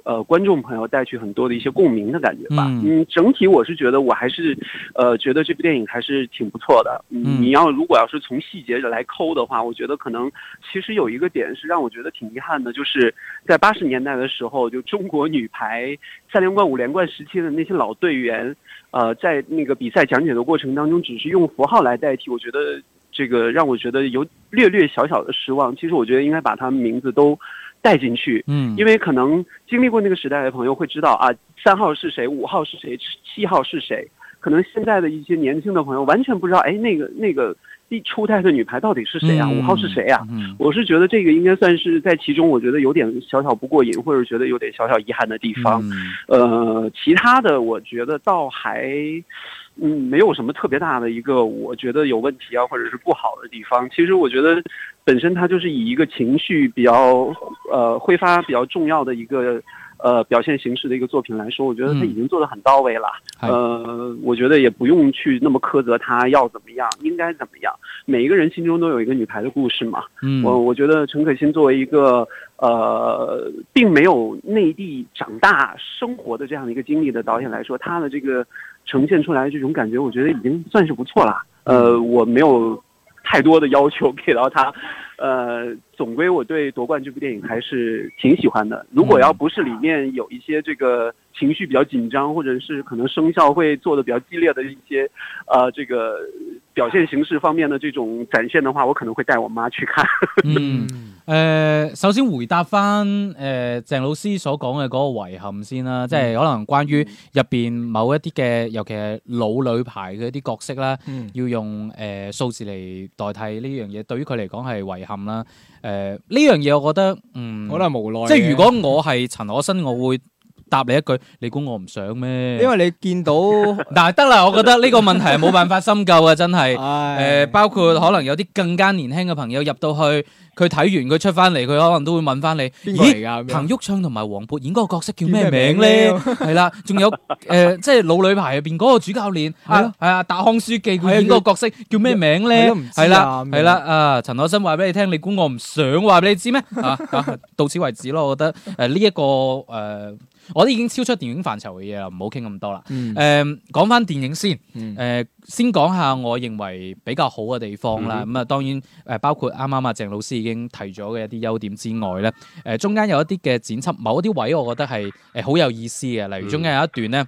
Speaker 6: 呃，观众朋友带去很多的一些共鸣的感觉吧。
Speaker 3: 嗯
Speaker 6: 嗯，整体我是觉得我还是，呃，觉得这部电影还是挺不错的。
Speaker 3: 嗯
Speaker 6: 嗯，你要如果要是从细节来抠的话，我觉得可能其实有一个点是让我觉得挺遗憾的，就是在八十年代的时候，就中国女排三连冠、五连冠时期的那些老队员，呃，在那个比赛讲解的过程当中，只是用符号来代替，我觉得这个让我觉得有略略小小的失望。其实我觉得应该把他们名字都带进去，
Speaker 3: 嗯，
Speaker 6: 因为可能经历过那个时代的朋友会知道啊，三号是谁，五号是谁，七号是谁。可能现在的一些年轻的朋友完全不知道，哎，那个那个一初代的女排到底是谁啊？
Speaker 3: 嗯
Speaker 6: 五号是谁啊？
Speaker 3: 嗯
Speaker 6: 我是觉得这个应该算是在其中，我觉得有点小小不过瘾，或者觉得有点小小遗憾的
Speaker 3: 嗯
Speaker 6: 地方。呃，其他的我觉得倒还，嗯，没有什么特别大的一个我觉得有问题啊，或者是不好的地方。其实我觉得本身它就是以一个情绪比较呃挥发比较重要的一个。呃，表现形式的一个作品来说，我觉得它已经做得很到位了。
Speaker 3: 嗯
Speaker 6: 呃，我觉得也不用去那么苛责他要怎么样，应该怎么样。每一个人心中都有一个女排的故事嘛。
Speaker 3: 嗯
Speaker 6: 我我觉得陈可辛作为一个呃，并没有内地长大生活的这样的一个经历的导演来说，他的这个呈现出来的这种感觉，我觉得已经算是不错了。呃，我没有太多的要求给到他。呃，总归我对《夺冠》这部电影还是挺喜欢的。如果要不是里面有一些这个情绪比较紧张，或者是可能声效会做的比较激烈的一些，呃，这个表现形式方面的这种展现的话，我可能会带我妈去看。
Speaker 3: 嗯诶、首先回答翻诶鄭老師所講嘅嗰個遺憾先啦，即係
Speaker 6: 嗯
Speaker 3: 可能關於入邊某一啲嘅，尤其係老女排嘅一啲角色啦，
Speaker 4: 嗯
Speaker 3: 要用诶、呃、數字嚟代替呢樣嘢，對於佢嚟講係遺憾啦。诶、呢樣嘢我覺得嗯，
Speaker 4: 可能無奈嘅。
Speaker 3: 即係如果我係陳可辛，我會答你一句：你估我唔想咩？
Speaker 4: 因為你見 到，
Speaker 3: 但係得啦，我覺得呢個問題係冇辦法深究啊，真 係。
Speaker 4: 唉
Speaker 3: 誒、包括可能有啲更加年輕嘅朋友入到去，佢睇完佢出翻嚟，佢可能都會問翻你：
Speaker 4: 邊個
Speaker 3: 咦，
Speaker 4: 嚟㗎？咁樣
Speaker 3: 彭昱暢同埋黃渤演嗰個角色叫
Speaker 4: 叫
Speaker 3: 咩
Speaker 4: 咩
Speaker 3: 名
Speaker 4: 名
Speaker 3: 咧
Speaker 4: 咧？
Speaker 3: 係啦，仲 有誒、呃即係老女排入邊嗰個主教練啊，
Speaker 4: 係
Speaker 3: 係
Speaker 4: 咯
Speaker 3: 啊，達康書記佢
Speaker 4: 係啊
Speaker 3: 演嗰個角色叫咩名
Speaker 4: 係
Speaker 3: 咧
Speaker 4: 咯唔？知啊
Speaker 3: 係啦，
Speaker 4: 咁樣
Speaker 3: 係啦，啊，陳可辛話俾你聽，你估我唔想話俾你知咩？啊啊，到此為止咯，我覺得呃誒呢一個誒、我都已經超出電影範疇嘅嘢啦，唔好傾咁多啦。
Speaker 4: 嗯
Speaker 3: 誒、講翻電影先。誒、
Speaker 4: 嗯
Speaker 3: 呃先講下我認為比較好嘅地方啦。咁啊、當然誒、包括啱啱啊鄭老師已經提咗嘅一啲優點之外咧，誒、中間有一啲嘅剪輯，某一啲位我覺得係誒好有意思嘅。例如中間有一段咧，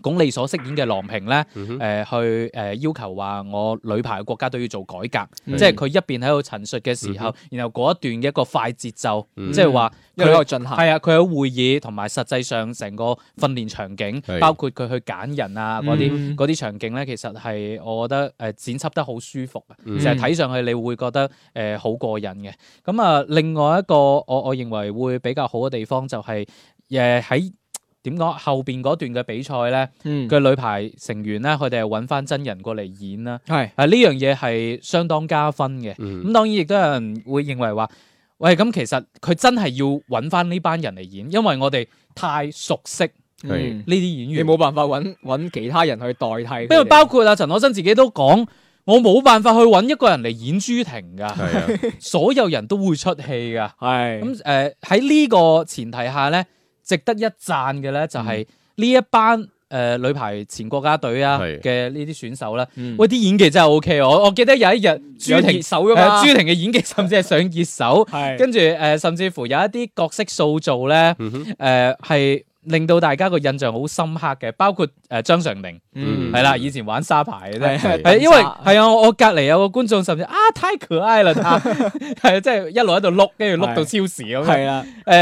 Speaker 3: 鞏俐所飾演嘅郎平咧，誒、
Speaker 5: 嗯
Speaker 3: 去誒、呃要求話我女排嘅國家都要做改革，
Speaker 4: 嗯
Speaker 3: 即係佢一邊喺度陳述嘅時候，然後嗰一段嘅一個快節奏，
Speaker 5: 嗯
Speaker 3: 即係話
Speaker 4: 因為
Speaker 3: 佢
Speaker 4: 喺度進行。
Speaker 3: 係啊，佢喺會議同埋實際上成個訓練場景
Speaker 5: 係，
Speaker 3: 包括佢去揀人啊嗰啲
Speaker 4: 嗯
Speaker 3: 嗰啲場景咧，其實係我覺得誒、呃剪輯得好舒服嘅，
Speaker 5: 嗯
Speaker 3: 就係睇上去你會覺得誒、呃好過癮嘅。咁啊，另外一個我我認為會比較好嘅地方就係誒喺點講後邊嗰段嘅比賽咧
Speaker 4: 嗯，
Speaker 3: 嘅女排成員咧，佢哋係揾翻真人過嚟演啦，
Speaker 4: 係
Speaker 3: 啊呢樣嘢係相當加分嘅。咁
Speaker 5: 嗯
Speaker 3: 當然亦都有人會認為話，喂，咁其實佢真係要揾翻呢班人嚟演，因為我哋太熟悉呢
Speaker 5: 係
Speaker 4: 嗯
Speaker 3: 啲演
Speaker 4: 你
Speaker 3: 員，
Speaker 4: 冇辦法揾揾其他人去代替佢哋。
Speaker 3: 因為包括阿陳可辛自己都講，我冇辦法去揾一個人嚟演朱婷
Speaker 5: 係
Speaker 3: 㗎，
Speaker 5: 啊，
Speaker 3: 所有人都會出戲㗎。
Speaker 4: 係
Speaker 3: 咁誒喺呢個前提下咧，值得一讚嘅咧就
Speaker 4: 嗯
Speaker 3: 係呢一班誒、呃女排前國家隊啊
Speaker 5: 係
Speaker 3: 嘅呢啲選手咧，
Speaker 4: 嗯
Speaker 3: 喂啲演技真係 O K 我我記得有一日朱
Speaker 4: 有
Speaker 3: 婷
Speaker 4: 熱手㗎嘛
Speaker 3: 呃朱婷嘅演技甚至係上熱搜。
Speaker 4: 係
Speaker 3: 跟住誒、呃甚至乎有一啲角色塑造咧，
Speaker 5: 嗯哼
Speaker 3: 誒、係令到大家個印象好深刻嘅，包括誒、呃、張常寧
Speaker 5: 嗯
Speaker 3: 係啦，以前玩沙排嘅啫。
Speaker 4: 係
Speaker 5: 係
Speaker 3: 係因為係啊，我我隔離有個觀眾甚至啊太可愛啦，他係即係一路喺度碌，跟住碌到超時咁樣。
Speaker 4: 係啦，
Speaker 3: 誒、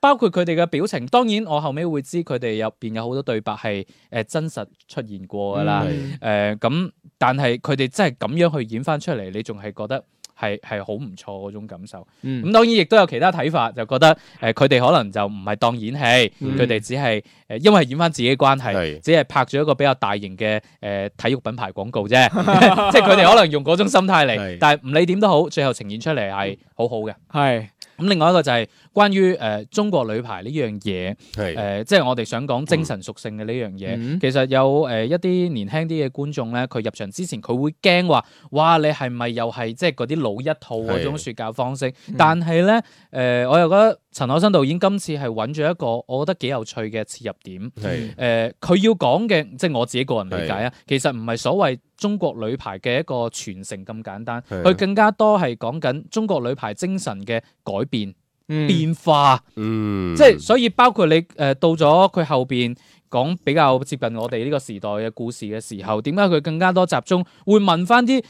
Speaker 3: 包括佢哋嘅表情，當然我後尾會知佢哋入邊有好多對白係誒、呃真實出現過㗎
Speaker 4: 嗯
Speaker 3: 啦。
Speaker 5: 係
Speaker 3: 誒咁、但係佢哋真係咁樣去演翻出嚟，你仲係覺得係係好唔錯嗰種感受。
Speaker 4: 嗯
Speaker 3: 咁當然亦都有其他睇法，就覺得誒佢哋可能就唔係當演戲，
Speaker 5: 嗯
Speaker 3: 佢哋只係誒因為演翻自己嘅關係
Speaker 5: 係，
Speaker 3: 只係拍咗一個比較大型嘅誒、呃、體育品牌廣告啫， 即係佢哋可能用嗰種心態嚟
Speaker 5: 係，嗯
Speaker 3: 但係唔理點都好，最後呈現出嚟係好好嘅。
Speaker 4: 係
Speaker 3: 咁另外一個就係關於誒、呃中國女排呢樣嘢，誒、
Speaker 5: 係
Speaker 3: 即係我哋想講精神屬性嘅呢樣嘢。
Speaker 4: 嗯
Speaker 3: 其實有誒、呃一啲年輕啲嘅觀眾咧，佢入場之前佢會驚話：哇，你係咪又係即係嗰啲老一套嗰種説教方式？但係咧，誒、我又覺得陳可辛導演今次係揾咗一個我覺得幾有趣嘅切入點。
Speaker 5: 係
Speaker 3: 誒、佢要講嘅，即係我自己個人理解啊，其實唔係所謂中國女排嘅一個傳承咁簡單，
Speaker 5: 係
Speaker 3: 佢更加多係講緊中國女排精神嘅改變、
Speaker 4: 嗯
Speaker 3: 變化，
Speaker 5: 嗯，
Speaker 3: 即係所以包括你誒、呃到咗佢後邊講比較接近我哋呢個時代嘅故事嘅時候，點解佢更加多集中會問翻啲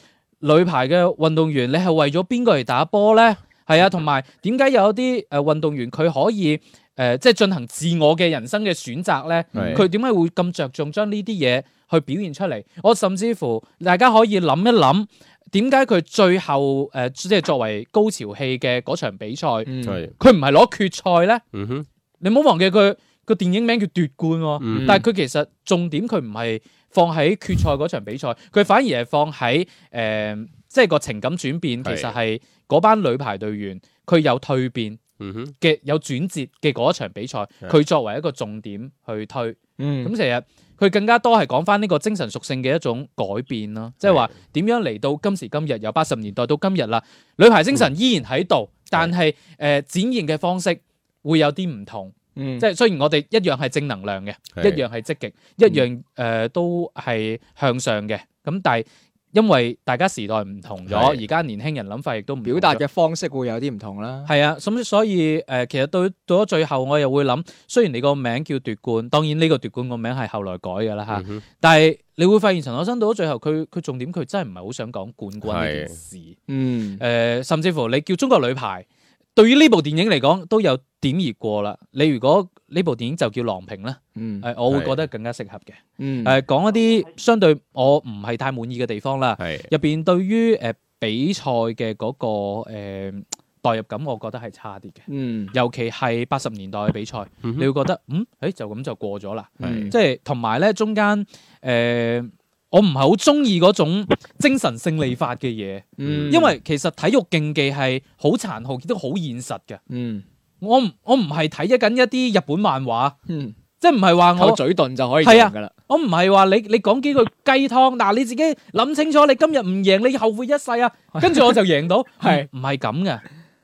Speaker 3: 女排嘅運動員，你係為咗邊個嚟打波呢？係啊，同埋點解有一啲誒呃運動員佢可以誒、呃即係進行自我嘅人生嘅選擇呢？
Speaker 5: 係
Speaker 3: 佢點解會咁着重將呢啲嘢去表現出嚟。我甚至乎大家可以諗一諗，點解佢最後誒、呃即係作為高潮戲嘅嗰場比賽，佢
Speaker 4: 嗯
Speaker 5: 係，
Speaker 3: 唔係攞決賽咧？
Speaker 5: 嗯哼，
Speaker 3: 你唔好忘記佢個電影名叫奪冠喎、
Speaker 5: 嗯
Speaker 3: 哦但係佢其實重點佢唔係放喺決賽嗰場比賽，佢反而係放喺誒、呃即係個情感轉變，其
Speaker 5: 係
Speaker 3: 實係嗰班女排隊員佢有蛻變
Speaker 5: 嗯哼，
Speaker 3: 嘅有轉折嘅嗰一場比賽，佢作為一個重點去推。
Speaker 4: 嗯
Speaker 3: 咁成日佢更加多係講翻呢個精神屬性嘅一種改變咯，即係話點樣嚟到今時今日，由八十年代到今日啦，女排精神依然喺度，但係誒、呃展現嘅方式會有啲唔同。
Speaker 4: 嗯
Speaker 3: 即係雖然我哋一樣係正能量嘅，
Speaker 5: 係
Speaker 3: 一樣係積極，一樣
Speaker 4: 嗯
Speaker 3: 誒、呃都係向上嘅。咁但係因為大家時代唔同咗，
Speaker 5: 係
Speaker 3: 而家年輕人諗法亦都唔同咗
Speaker 4: 表達嘅方式會有啲唔同啦。
Speaker 3: 係啊，咁所以誒、呃其實到到咗最後，我又會諗，雖然你個名叫奪冠，當然呢個奪冠個名係後來改嘅啦嚇，
Speaker 5: 嗯哼
Speaker 3: 但係你會發現陳可辛到咗最後，佢佢重點佢真係唔係好想講冠軍呢件事，誒、
Speaker 4: 嗯，
Speaker 3: 甚至乎你叫中國女排，對於呢部電影嚟講都有點而過啦。你如果呢部電影就叫郎平啦，
Speaker 4: 嗯
Speaker 3: 誒、我會
Speaker 5: 係
Speaker 3: 覺得更加適合嘅。
Speaker 4: 嗯
Speaker 3: 誒、講一啲相對我唔係太滿意嘅地方啦，
Speaker 5: 係
Speaker 3: 入邊對於誒、呃比賽嘅嗰、個、呃、代入感，我覺得係差啲嘅。
Speaker 4: 嗯
Speaker 3: 尤其係八十年代嘅比賽，
Speaker 5: 嗯哼
Speaker 3: 你會覺得嗯，誒就咁就過咗
Speaker 4: 嗯
Speaker 3: 啦。
Speaker 5: 係
Speaker 3: 即係同埋咧，中間誒、呃我唔係好中意嗰種精神勝利法嘅嘢，
Speaker 4: 嗯，
Speaker 3: 因為其實體育競技係好殘酷，亦都好現實嘅。
Speaker 4: 嗯
Speaker 3: 我唔我唔係睇緊一啲日本漫畫，
Speaker 4: 嗯
Speaker 3: 即係唔係話
Speaker 4: 靠
Speaker 3: 我
Speaker 4: 嘴遁就可以
Speaker 3: 係啊
Speaker 4: 贏噶啦。
Speaker 3: 我唔係話你你講幾句雞湯，嗱你自己諗清楚，你今日唔贏你後悔一世啊！跟住我就贏到，
Speaker 4: 係
Speaker 3: 唔唔係咁嘅？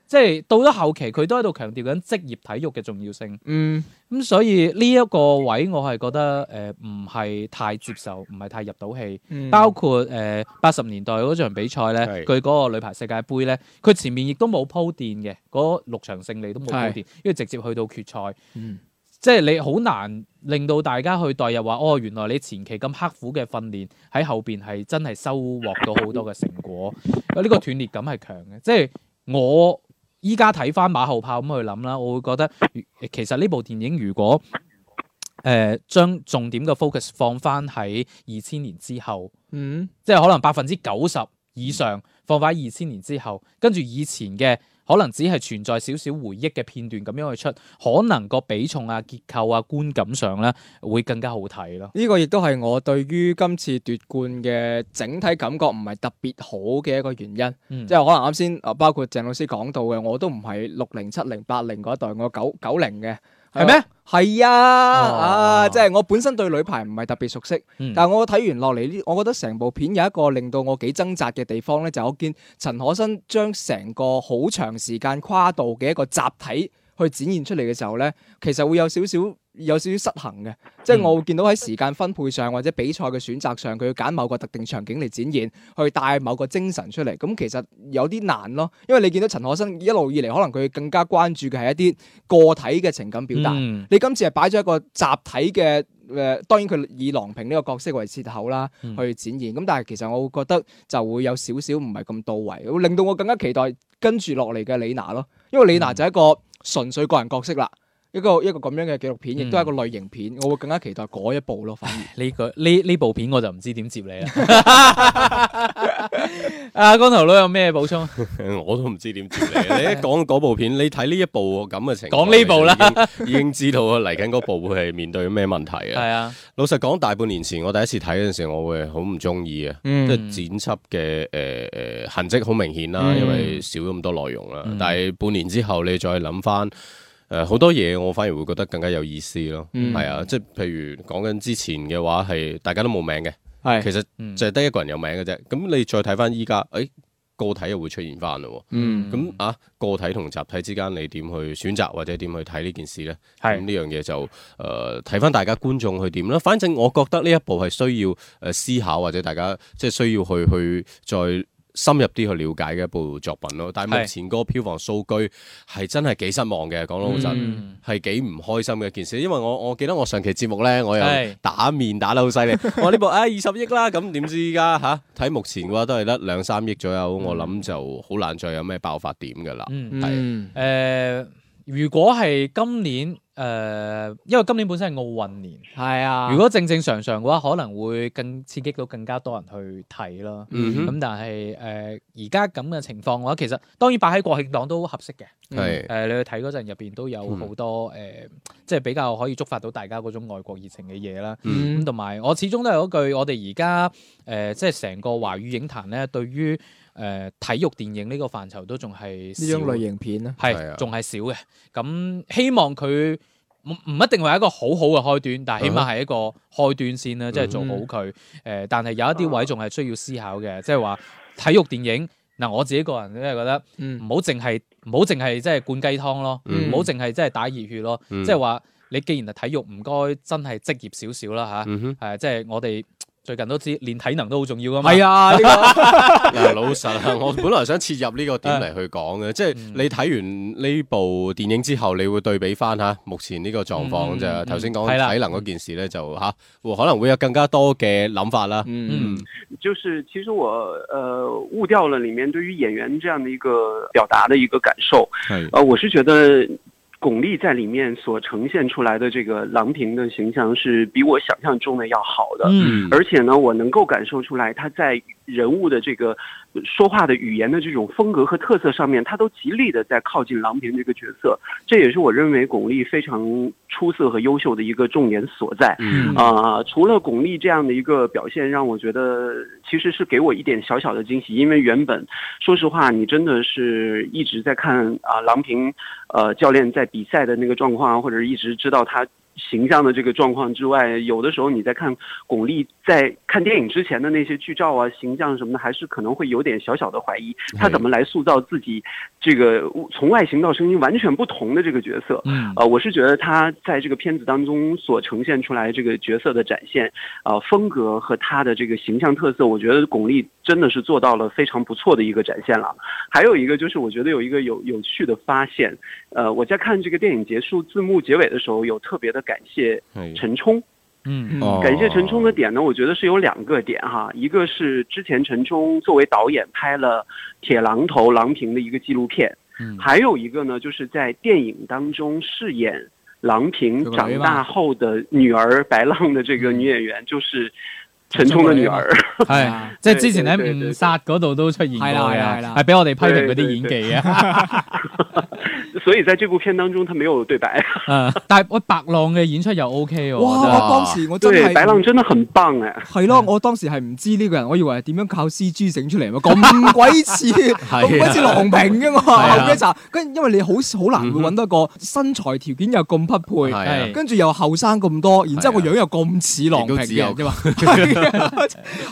Speaker 3: 即係到咗後期，佢都喺度強調緊職業體育嘅重要性。
Speaker 4: 嗯
Speaker 3: 咁所以呢一個位我係覺得誒唔係太接受，唔係太入到戲。
Speaker 4: 嗯
Speaker 3: 包括誒八十年代嗰場比賽咧，
Speaker 5: 係
Speaker 3: 佢嗰個女排世界盃咧，佢前面亦都冇鋪墊嘅，嗰六場勝利都冇鋪墊，因為直接去到決賽，
Speaker 4: 嗯
Speaker 3: 即係你好難令到大家去代入話，哦，原來你前期咁刻苦嘅訓練喺後邊係真係收穫到好多嘅成果，呢、個斷裂感係強嘅，即係我。依家睇翻馬後炮咁去諗啦，我會覺得如其實呢部電影如果誒、呃、將重點嘅 focus 放翻喺二千年之後，
Speaker 4: 嗯
Speaker 3: 即係可能百分之九十以上放翻二千年之後，跟住以前嘅可能只係存在少少回憶嘅片段咁樣去出，可能個比重啊、結構啊、觀感上咧會更加好睇咯。
Speaker 4: 呢個亦都係我對於今次奪冠嘅整體感覺唔係特別好嘅一個原因。
Speaker 3: 嗯
Speaker 4: 即係可能啱先啊，包括鄭老師講到嘅，我都唔係六零、七零、八零嗰一代，我九九零嘅，
Speaker 3: 係咩？
Speaker 4: 係啊，
Speaker 3: 哦
Speaker 4: 啊，即係我本身對女排唔係特別熟悉，
Speaker 3: 嗯
Speaker 4: 但係我睇完落嚟呢，我覺得成部片有一個令到我幾掙扎嘅地方咧，就係我見陳可辛將成個好長時間跨度嘅一個集體去展現出嚟嘅時候咧，其實會有少少有少少失衡嘅，即係我會見到喺時間分配上或者比賽嘅選擇上，佢要揀某個特定場景嚟展現，去帶某個精神出嚟，咁其實有啲難咯，因為你見到陳可辛一路以嚟，可能佢更加關注嘅係一啲個體嘅情感表達。
Speaker 3: 嗯
Speaker 4: 你今次係擺咗一個集體嘅誒、呃，當然佢以郎平呢個角色為切口啦，
Speaker 3: 嗯
Speaker 4: 去展現。咁但係其實我會覺得就會有少少唔係咁到位，會令到我更加期待跟住落嚟嘅李娜咯，因為李娜就係一個純粹個人角色啦。一個一個咁樣嘅紀錄片，亦都係一個類型片，我會更加期待嗰一部咯。反而
Speaker 3: 呢個呢呢部片我就唔知點接你 啦。啊，光頭佬有咩補充？
Speaker 5: 我都唔知點接你。你一講嗰部片，你睇呢一部咁嘅情況，
Speaker 3: 講呢部啦
Speaker 5: 你就已經，已經知道啊嚟緊嗰部會係面對咩問題啊！
Speaker 3: 係啊，
Speaker 5: 老實講，大半年前我第一次睇嗰陣時，我會好唔中意啊，
Speaker 4: 嗯
Speaker 5: 即係剪輯嘅誒誒痕跡好明顯啦，
Speaker 4: 嗯
Speaker 5: 因為少咗咁多內容啦。
Speaker 3: 嗯
Speaker 5: 但係半年之後，你再諗翻。誒好多嘢我反而會覺得更加有意思咯，係、
Speaker 4: 嗯
Speaker 5: 啊，即係譬如講緊之前嘅話係大家都冇名嘅，
Speaker 4: 係
Speaker 5: 其實
Speaker 3: 嗯
Speaker 5: 就係得一個人有名嘅啫。咁你再睇翻依家，誒、個體又會出現翻咯喎。
Speaker 4: 嗯
Speaker 5: 咁啊，個體同集體之間，你點去選擇或者點去睇呢件事呢？
Speaker 3: 係
Speaker 5: 咁呢樣嘢就誒睇翻大家觀眾去點啦。反正我覺得呢一步係需要誒、呃思考或者大家即係需要去去再。深入啲去了解嘅一部作品咯，但係目
Speaker 3: 係
Speaker 5: 前嗰個票房數據係真係幾失望嘅，講老實。
Speaker 3: 嗯
Speaker 5: 係幾唔開心嘅一件事，因為我我記得我上期節目咧，我又
Speaker 3: 係
Speaker 5: 打面打得好犀 利，我話呢部唉二十億啦，咁點知依家吓睇目前嘅話都係得兩三億左右，我諗就好難再有咩爆發點㗎啦。
Speaker 3: 嗯。
Speaker 5: 係
Speaker 3: 誒、
Speaker 4: 嗯
Speaker 3: 如果係今年誒、呃因為今年本身係奧運年，
Speaker 4: 系啊，
Speaker 3: 如果正正常常嘅話，可能會更刺激到更加多人去睇啦。
Speaker 5: 嗯
Speaker 3: 咁、
Speaker 5: 哼，
Speaker 3: 但係誒而家咁嘅情況嘅話，其實當然擺喺國慶檔都合適嘅。
Speaker 5: 係
Speaker 3: 誒、你去睇嗰陣入邊都有好多誒、
Speaker 4: 嗯
Speaker 3: 呃即係比較可以觸發到大家嗰種愛國熱情嘅嘢啦。咁
Speaker 4: 嗯
Speaker 3: 同埋我始終都係嗰句，我哋而家誒即係成個華語影壇咧，對於誒、體呃育電影呢個範疇都仲係
Speaker 4: 呢種
Speaker 3: 少
Speaker 4: 類型片咧，
Speaker 5: 係啊
Speaker 3: 係仲係少嘅。咁希望佢唔唔一定係一個好好嘅開端，但係起
Speaker 5: 啊
Speaker 3: 碼係一個開端先啦，即係做
Speaker 5: 嗯
Speaker 3: 好佢。誒、但係有一
Speaker 5: 啊
Speaker 3: 啲位仲係需要思考嘅，即係話體育電影嗱，我自己個人咧覺得唔
Speaker 4: 嗯
Speaker 3: 好淨係唔好淨係即係灌雞湯咯，
Speaker 5: 嗯
Speaker 3: 唔好淨係即係打熱血咯，
Speaker 5: 嗯
Speaker 3: 即係話你既然係體育，唔該真係職業少少啦嚇。
Speaker 5: 嗯哼，
Speaker 3: 誒，即係我哋最近都知練體能都好重要噶嘛。
Speaker 4: 係啊，呢個
Speaker 5: 嗱，老實啊，我本來想切入呢個點嚟去講嘅，即係
Speaker 3: 啊嗯
Speaker 5: 你睇完呢部電影之後，你會對比翻吓目前呢個狀況
Speaker 3: 嗯
Speaker 5: 就
Speaker 3: 嗯
Speaker 5: 頭先
Speaker 3: 嗯
Speaker 5: 講
Speaker 3: 係啦
Speaker 5: 體能嗰件事咧，就吓會可能會有更加多嘅諗法啦。
Speaker 4: 嗯
Speaker 3: 嗯，
Speaker 6: 就是其实我呃误掉了里面对于演员这样的一个表达的一个感受。
Speaker 5: 係
Speaker 6: 呃，我是觉得巩俐在里面所呈现出来的这个郎平的形象是比我想象中的要好的。
Speaker 3: 嗯
Speaker 6: 而且呢，我能够感受出来，他在人物的这个呃说话的语言的这种风格和特色上面，他都极力的在靠近郎平这个角色。这也是我认为巩俐非常出色和优秀的一个重点所在。
Speaker 5: 嗯
Speaker 6: 啊、除了巩俐这样的一个表现，让我觉得其实是给我一点小小的惊喜，因为原本说实话，你真的是一直在看啊、郎平呃教练在比赛的那个状况啊，或者一直知道他。形象的这个状况之外，有的时候你在看巩俐在看电影之前的那些剧照啊、形象什么的，还是可能会有点小小的怀疑，她怎么来塑造自己这个从外形到声音完全不同的这个角色。
Speaker 3: 嗯
Speaker 6: 呃，我是觉得他在这个片子当中所呈现出来这个角色的展现，呃，风格和他的这个形象特色，我觉得巩俐真的是做到了非常不错的一个展现了。还有一个就是，我觉得有一个有有趣的发现，呃，我在看这个电影结束字幕结尾的时候，有特别的感谢
Speaker 5: 係
Speaker 6: 陈冲。
Speaker 3: 嗯
Speaker 5: 哦
Speaker 6: 感谢陈冲的点呢，我觉得是有两个点哈，一个是之前陈冲作为导演拍了《铁榔头》郎平的一个纪录片，
Speaker 3: 嗯
Speaker 6: 还有一个呢，就是在电影当中饰演郎平长大后的女儿白浪的这个女演员，就是陈冲的女儿。
Speaker 3: 係。
Speaker 4: 啊
Speaker 3: 哎即係之前
Speaker 6: 對對對
Speaker 3: 喺
Speaker 6: 對
Speaker 3: 誤殺嗰度都出現過
Speaker 4: 係啦係啦係
Speaker 3: 嘅，
Speaker 4: 啦
Speaker 3: 係俾我哋批評嗰啲演技嘅。
Speaker 6: 所以在这部片当中，她没有对白。
Speaker 3: 嗯但係喂，白浪嘅演出又 O K 喎，我覺得
Speaker 4: 哇！當時我真
Speaker 6: 对，
Speaker 4: 係
Speaker 6: 白浪真的很棒哎。
Speaker 4: 係咯，我當時係唔知呢個人，我以為係點樣靠 C G 整出 嚟嘛，咁鬼似，
Speaker 5: 啊
Speaker 4: 咁鬼似郎平嘅嘛。
Speaker 5: 啊
Speaker 4: 後尾就跟，因為你好好難會揾到一個身材條件又咁匹配，
Speaker 5: 係啊
Speaker 3: 係
Speaker 4: 跟住又後生咁多，然之後個
Speaker 5: 係啊
Speaker 4: 樣又咁似郎平
Speaker 5: 亦都只
Speaker 4: 嘅
Speaker 5: 有
Speaker 4: 啫嘛。係啊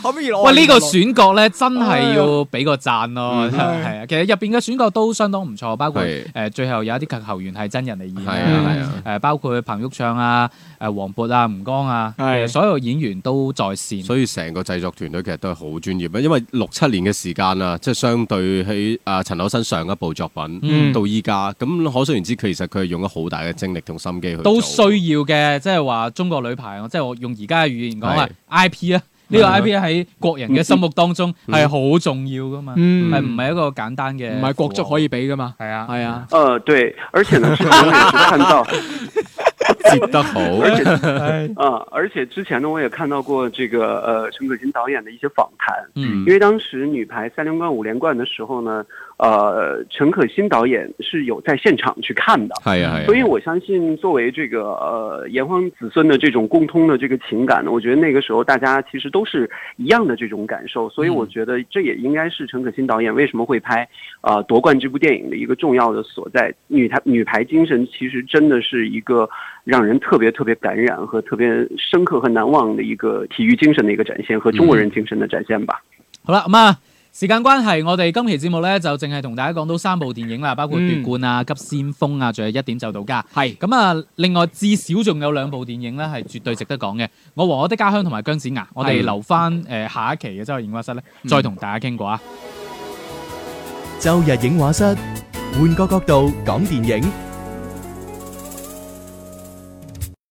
Speaker 4: 後尾原來我
Speaker 3: 喂，呢個
Speaker 4: 原來
Speaker 3: 選角咧真係要俾個讚咯，
Speaker 4: 哎
Speaker 5: 嗯
Speaker 3: 係啊，其實入邊嘅選角都相當唔錯，包括
Speaker 5: 係
Speaker 3: 誒最後有一啲球員係真人嚟演
Speaker 5: 係啊
Speaker 3: 啦
Speaker 5: 係啊，
Speaker 3: 誒包括彭昱暢啊、誒黃渤啊、吳剛啊，其
Speaker 4: 係
Speaker 3: 實所有演員都在線。
Speaker 5: 所以成個製作團隊其實都係好專業啊，因為六七年嘅時間啊，即係相對喺啊陳可辛上一部作品、
Speaker 3: 嗯
Speaker 5: 到依家，咁可想而知，其實佢係用咗好大嘅精力同心機去
Speaker 3: 都
Speaker 5: 做
Speaker 3: 需要嘅，即係話中國女排，即係我用而家嘅語言講啊，IP 啊，呢個
Speaker 5: 係嗯
Speaker 3: IP 喺國人嘅心目當中係好重要噶嘛，
Speaker 4: 嗯
Speaker 3: 係唔係一個簡單嘅？
Speaker 4: 唔係國足可
Speaker 3: 以
Speaker 4: 以比噶嘛？
Speaker 3: 係啊，
Speaker 4: 係啊，
Speaker 6: 呃，对，而且呢，之前我也是看到，
Speaker 5: 接得好，
Speaker 6: 而且， 呃，而且之前呢，我也看到过这个呃陈可辛导演的一些访谈，
Speaker 3: 嗯
Speaker 6: 因为当时女排三连冠、五连冠的时候呢，呃，陈可辛导演是有在现场去看的，
Speaker 5: 係啊係啊，
Speaker 6: 所以我相信作为这个呃炎黄子孙的这种共通的这个情感呢，我觉得那个时候大家其实都是一样的这种感受，所以我觉得这也应该是陈可辛导演为什么会拍呃夺冠这部电影的一个重要的所在。女排女排精神其实真的是一个让人特别特别感染和特别深刻和难忘的一个体育精神的一个展现和中国人精神的展现吧。
Speaker 3: 好啦，咁啊，時間關係，我哋今期節目咧就淨係同大家講到三部電影啦，包括奪
Speaker 4: 嗯
Speaker 3: 冠啊、急先鋒啊，仲有一點就到家。
Speaker 4: 係
Speaker 3: 咁啊，另外至少仲有兩部電影咧係絕對值得講嘅，《我和我的家鄉》同埋《姜子牙》，我哋
Speaker 4: 係嗯
Speaker 3: 留翻誒下一期嘅周日演播室咧，再同大家傾過啊。
Speaker 7: 周日影画室，換個角度講電影。